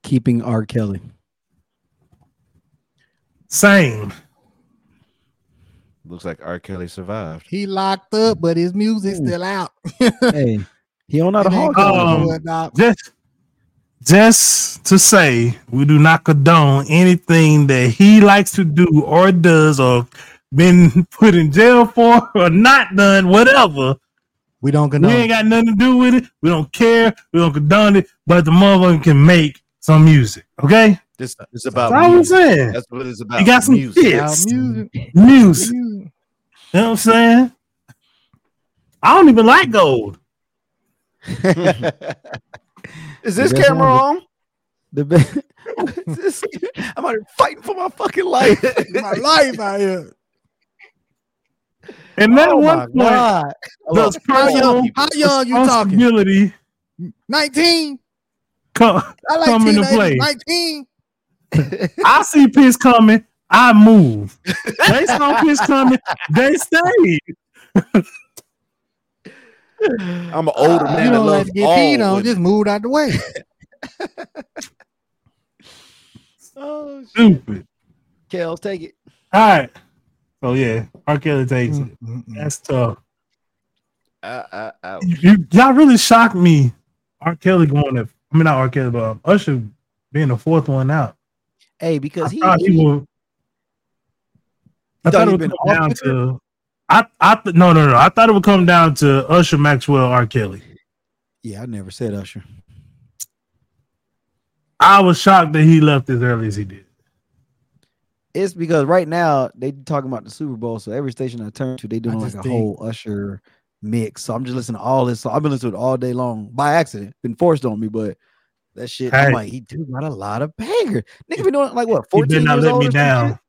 Keeping R. Kelly.
Same.
Looks like R. Kelly survived.
He locked up, but his music's still out.
<laughs> hey, he don't know the
It ain't
Oh.
hard
going
Um,
nowhere, dog.
Just just to say we do not condone anything that he likes to do or does or been <laughs> put in jail for or not done, whatever.
We don't
We ain't
condone.
got nothing to do with it. We don't care. We don't condone it. But the motherfucker can make some music. Okay,
This is
Uh, that's
about
all I'm
Uh, music.
saying.
That's what it's about.
You got some <laughs>
music.
hits,
music.
music. You know what I'm saying? I don't even like gold.
<laughs> Is this
That's
camera
<laughs>
on?
The best. This- I'm out here fighting for my fucking
<laughs>
life.
My life out here.
And that
Oh
one
my
point,
God.
does
How
personal
young? How young you talking?
responsibility
Nineteen.
come?
I like
Come into
teenagers.
play.
Nineteen.
I see piss coming, I move. They saw piss coming, they stayed.
I'm an older
You
man that
don't like
loves
to get
all
peed on.
women.
Just moved out the
<laughs>
way.
Oh, shit.
Stupid.
Kels, take it.
All right. So yeah, R. Kelly takes it. That's tough.
I, I, I,
You, y'all really shocked me. R. Kelly going to I mean not R. Kelly, but um, Usher being the fourth one out.
Hey,
I
because he,
thought he,
he-
would. I
You thought
thought
he'd
it would
been
come down
off
to. I I th- no no no. I thought it would come down to Usher, Maxwell, R. Kelly.
yeah, I never said Usher.
I was shocked that he left as early as he did.
It's because right now they talking about the Super Bowl, so every station I turn to, they doing like
just
a
think-
whole Usher mix. So I'm just listening to all this. So I've been listening to it all day long by accident, been forced on me, but that shit. I'm
Hey.
like, he do got a lot of banger. Nigga been doing it like what
He
14
better not
years
let
old
me
or some shit?
down.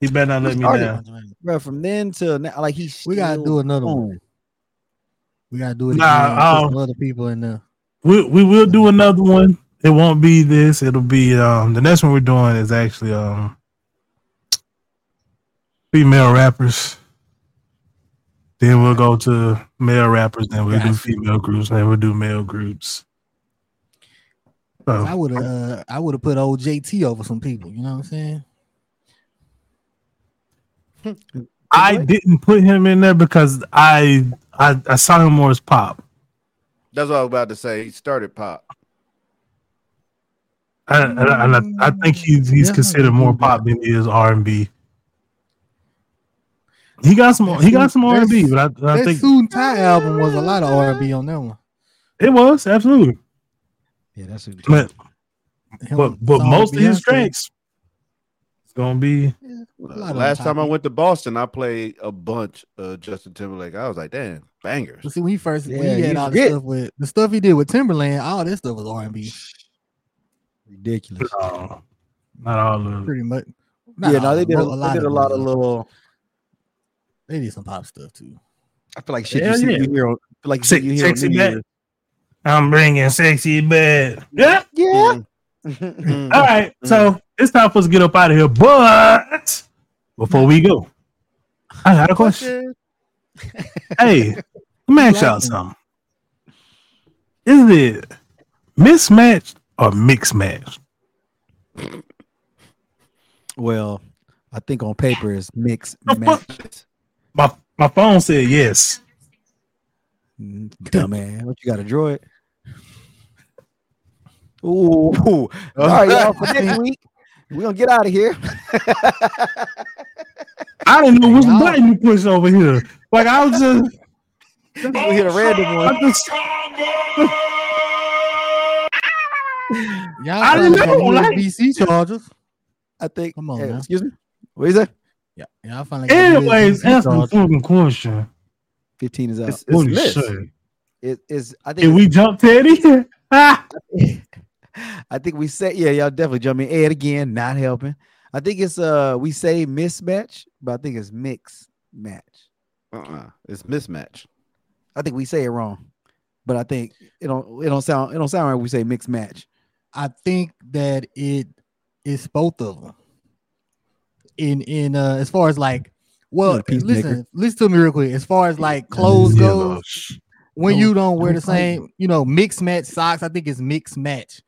He better not let me
Started.
down.
bro. From then till now, like he's
We gotta
still
do another one.
on.
We gotta do it.
Nah,
again. Put
um,
some other people in there.
We we will do another one. It won't be this. It'll be um the next one we're doing is actually um female rappers. Then we'll go to male rappers. Then we'll do female groups. Then we'll do male groups.
I
So
would have. Uh, I would have put old JT over some people. You know what I'm saying?
I didn't put him in there because I I, I saw him more as pop.
that's what I was about to say. He started pop.
I, I, and I, I think he's he's
Yeah,
considered
he
more
do
pop than he is R and B. He got some he got some R and B, but I, I
that
think
Suit and Tie album was a lot of R&B on that one.
it was absolutely.
Yeah, that's what
But
Him
but but
song
most of his
Beyonce,
tracks, it's gonna be
a lot of
Uh, Last
them
time I
pop.
went to Boston, I played a bunch of Justin Timberlake. I was like, damn, bangers.
But <laughs> see, when he first when
Yeah,
he
you
had all the
forget.
stuff with the stuff he did with Timberland, all that stuff was R&B,
ridiculous.
no, uh, not all of it.
pretty much. Not
Yeah, no,
all
they
of
did
them,
a,
but
they did a
them
lot of
was-
little.
They did some pop stuff too.
I feel like shit
Hell
you see
yeah.
you hear on, I feel like
Sick-
shit you hear on
sexy
New
back.
Year's.
I'm bringing sexy back. Yeah.
Yeah.
Mm.
All right. So it's time for us to get up out of here. But before we go, I got a question. hey, let me ask y'all something. Is it mismatched or mixed match?
Well, I think on paper it's mixed
The fuck?
matches.
My my phone said yes.
Dumb man, what you got a droid? Ooh, ooh. all right, y'all. For next week, we gonna get out of here.
I didn't know which
Y'all-
button you pushed over here. Like I was just
we hit a random one.
I just
Y'all
I didn't
finally
know,
got
like-
USB chargers.
I think.
Come on
eh,
now.
excuse me. What is that?
Yeah, y'all finally. got
anyways
USB
answer the
chargers.
fucking question.
Fifteen is out.
It's, it's
Holy
missed.
shit.
it is. I think.
Did we jump Teddy? <laughs> Ah,
I think we say yeah, y'all definitely jump in. Ed again, not helping. I think it's uh we say mismatch, but I think it's mix match.
<laughs> Uh-uh. It's mismatch.
I think we say it wrong, but I think it don't it don't sound it don't sound right. when We say mix match.
I think that it it's both of them. In in uh, as far as like, well,
a peacemaker.
listen, listen to me real quick. As far as like clothes
yeah,
goes,
no, sh-
when
No,
you don't wear
don't
the same, you know, mixed match socks, I think it's mixed match.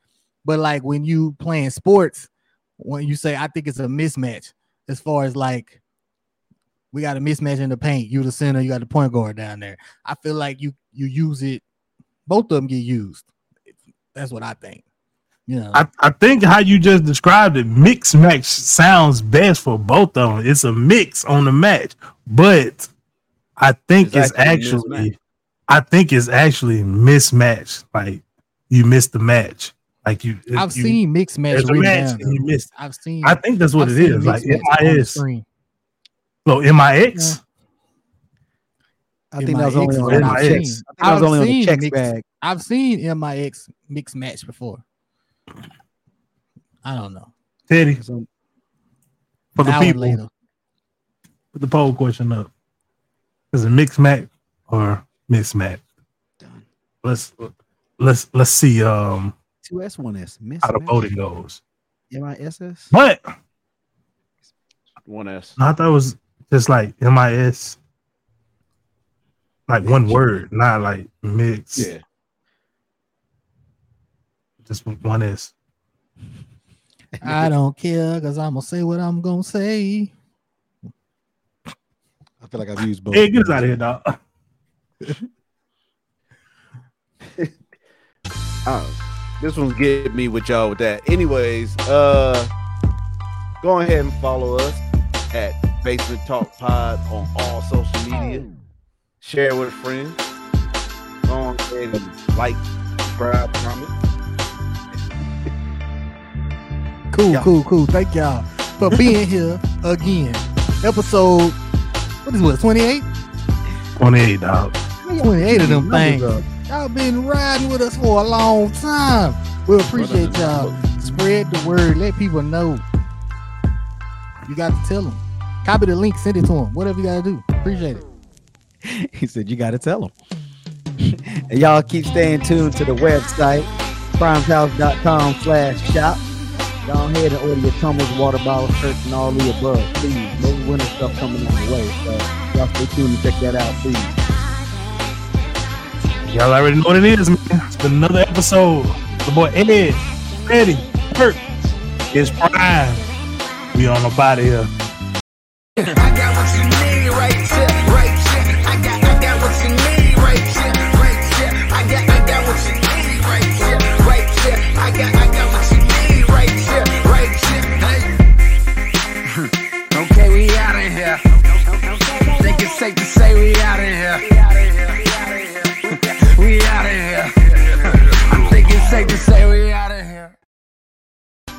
But like when you playing sports, when you say I think it's a mismatch, as far as like we got a mismatch in the paint. You the center, you got the point guard down there. I feel like you you use it, both of them get used. That's what I think. You know,
I, I think how you just described it, mix match sounds best for both of them. It's a mix on the match, but I think
It's
it's,
actually a mismatch.
actually, I think it's actually mismatched. Like you missed the match. Like you,
I've
you-
seen mixed match
there's a
written
match
down.
and you
though.
missed.
I've seen.
I think that's what
I've
it
seen
is. Like
mixed match on the
MIS.
screen.
So MIX.
I think that was
MIX
only
is
on,
what
It might-
I think
I've
MIX.
seen.
that was
I've
only on the
seen
checks
mixed-
bag.
I've seen MIX mixed match before. I don't know.
Teddy for
An
the
hour
people.
later.
Put the poll question up. Is it mixed match or mixed match? Let's let's let's see um
Two S, one S. Miss
how the voting goes.
M I S S.
But
One S.
I thought it was just like MIS, like one word, not like mix.
Yeah.
Just one S.
I don't care because I'm gonna say what I'm gonna say.
I feel like I've used both.
Hey, get us out of here, dog.
Oh, this one's getting me with y'all with that. Anyways, uh, go ahead and follow us at Basement Talk Pod on all social media. Share with friends. Go ahead and like, subscribe, comment.
Cool,
Yeah.
cool, cool. Thank y'all for being here again. Episode what is what 28?
On A, dog.
28 of them
Numbers
things. Y'all been riding with us for a long time. We appreciate y'all. Spread the word. Let people know. You got to tell them. Copy the link. Send it to them. Whatever you got to do. Appreciate it.
<laughs> He said, You got to tell him. <laughs> and y'all keep staying tuned to the website, primeshouse.com slash shop. Go ahead and order your tumbles, water bottles, shirts, and all the above. Please, no winter stuff coming in the way. So y'all stay tuned and check that out, please.
Y'all already know what it is, man. It's been another episode. The boy Ed, Eddie, Hurt, it's Prime. We on about here.
I got what you need.
<laughs>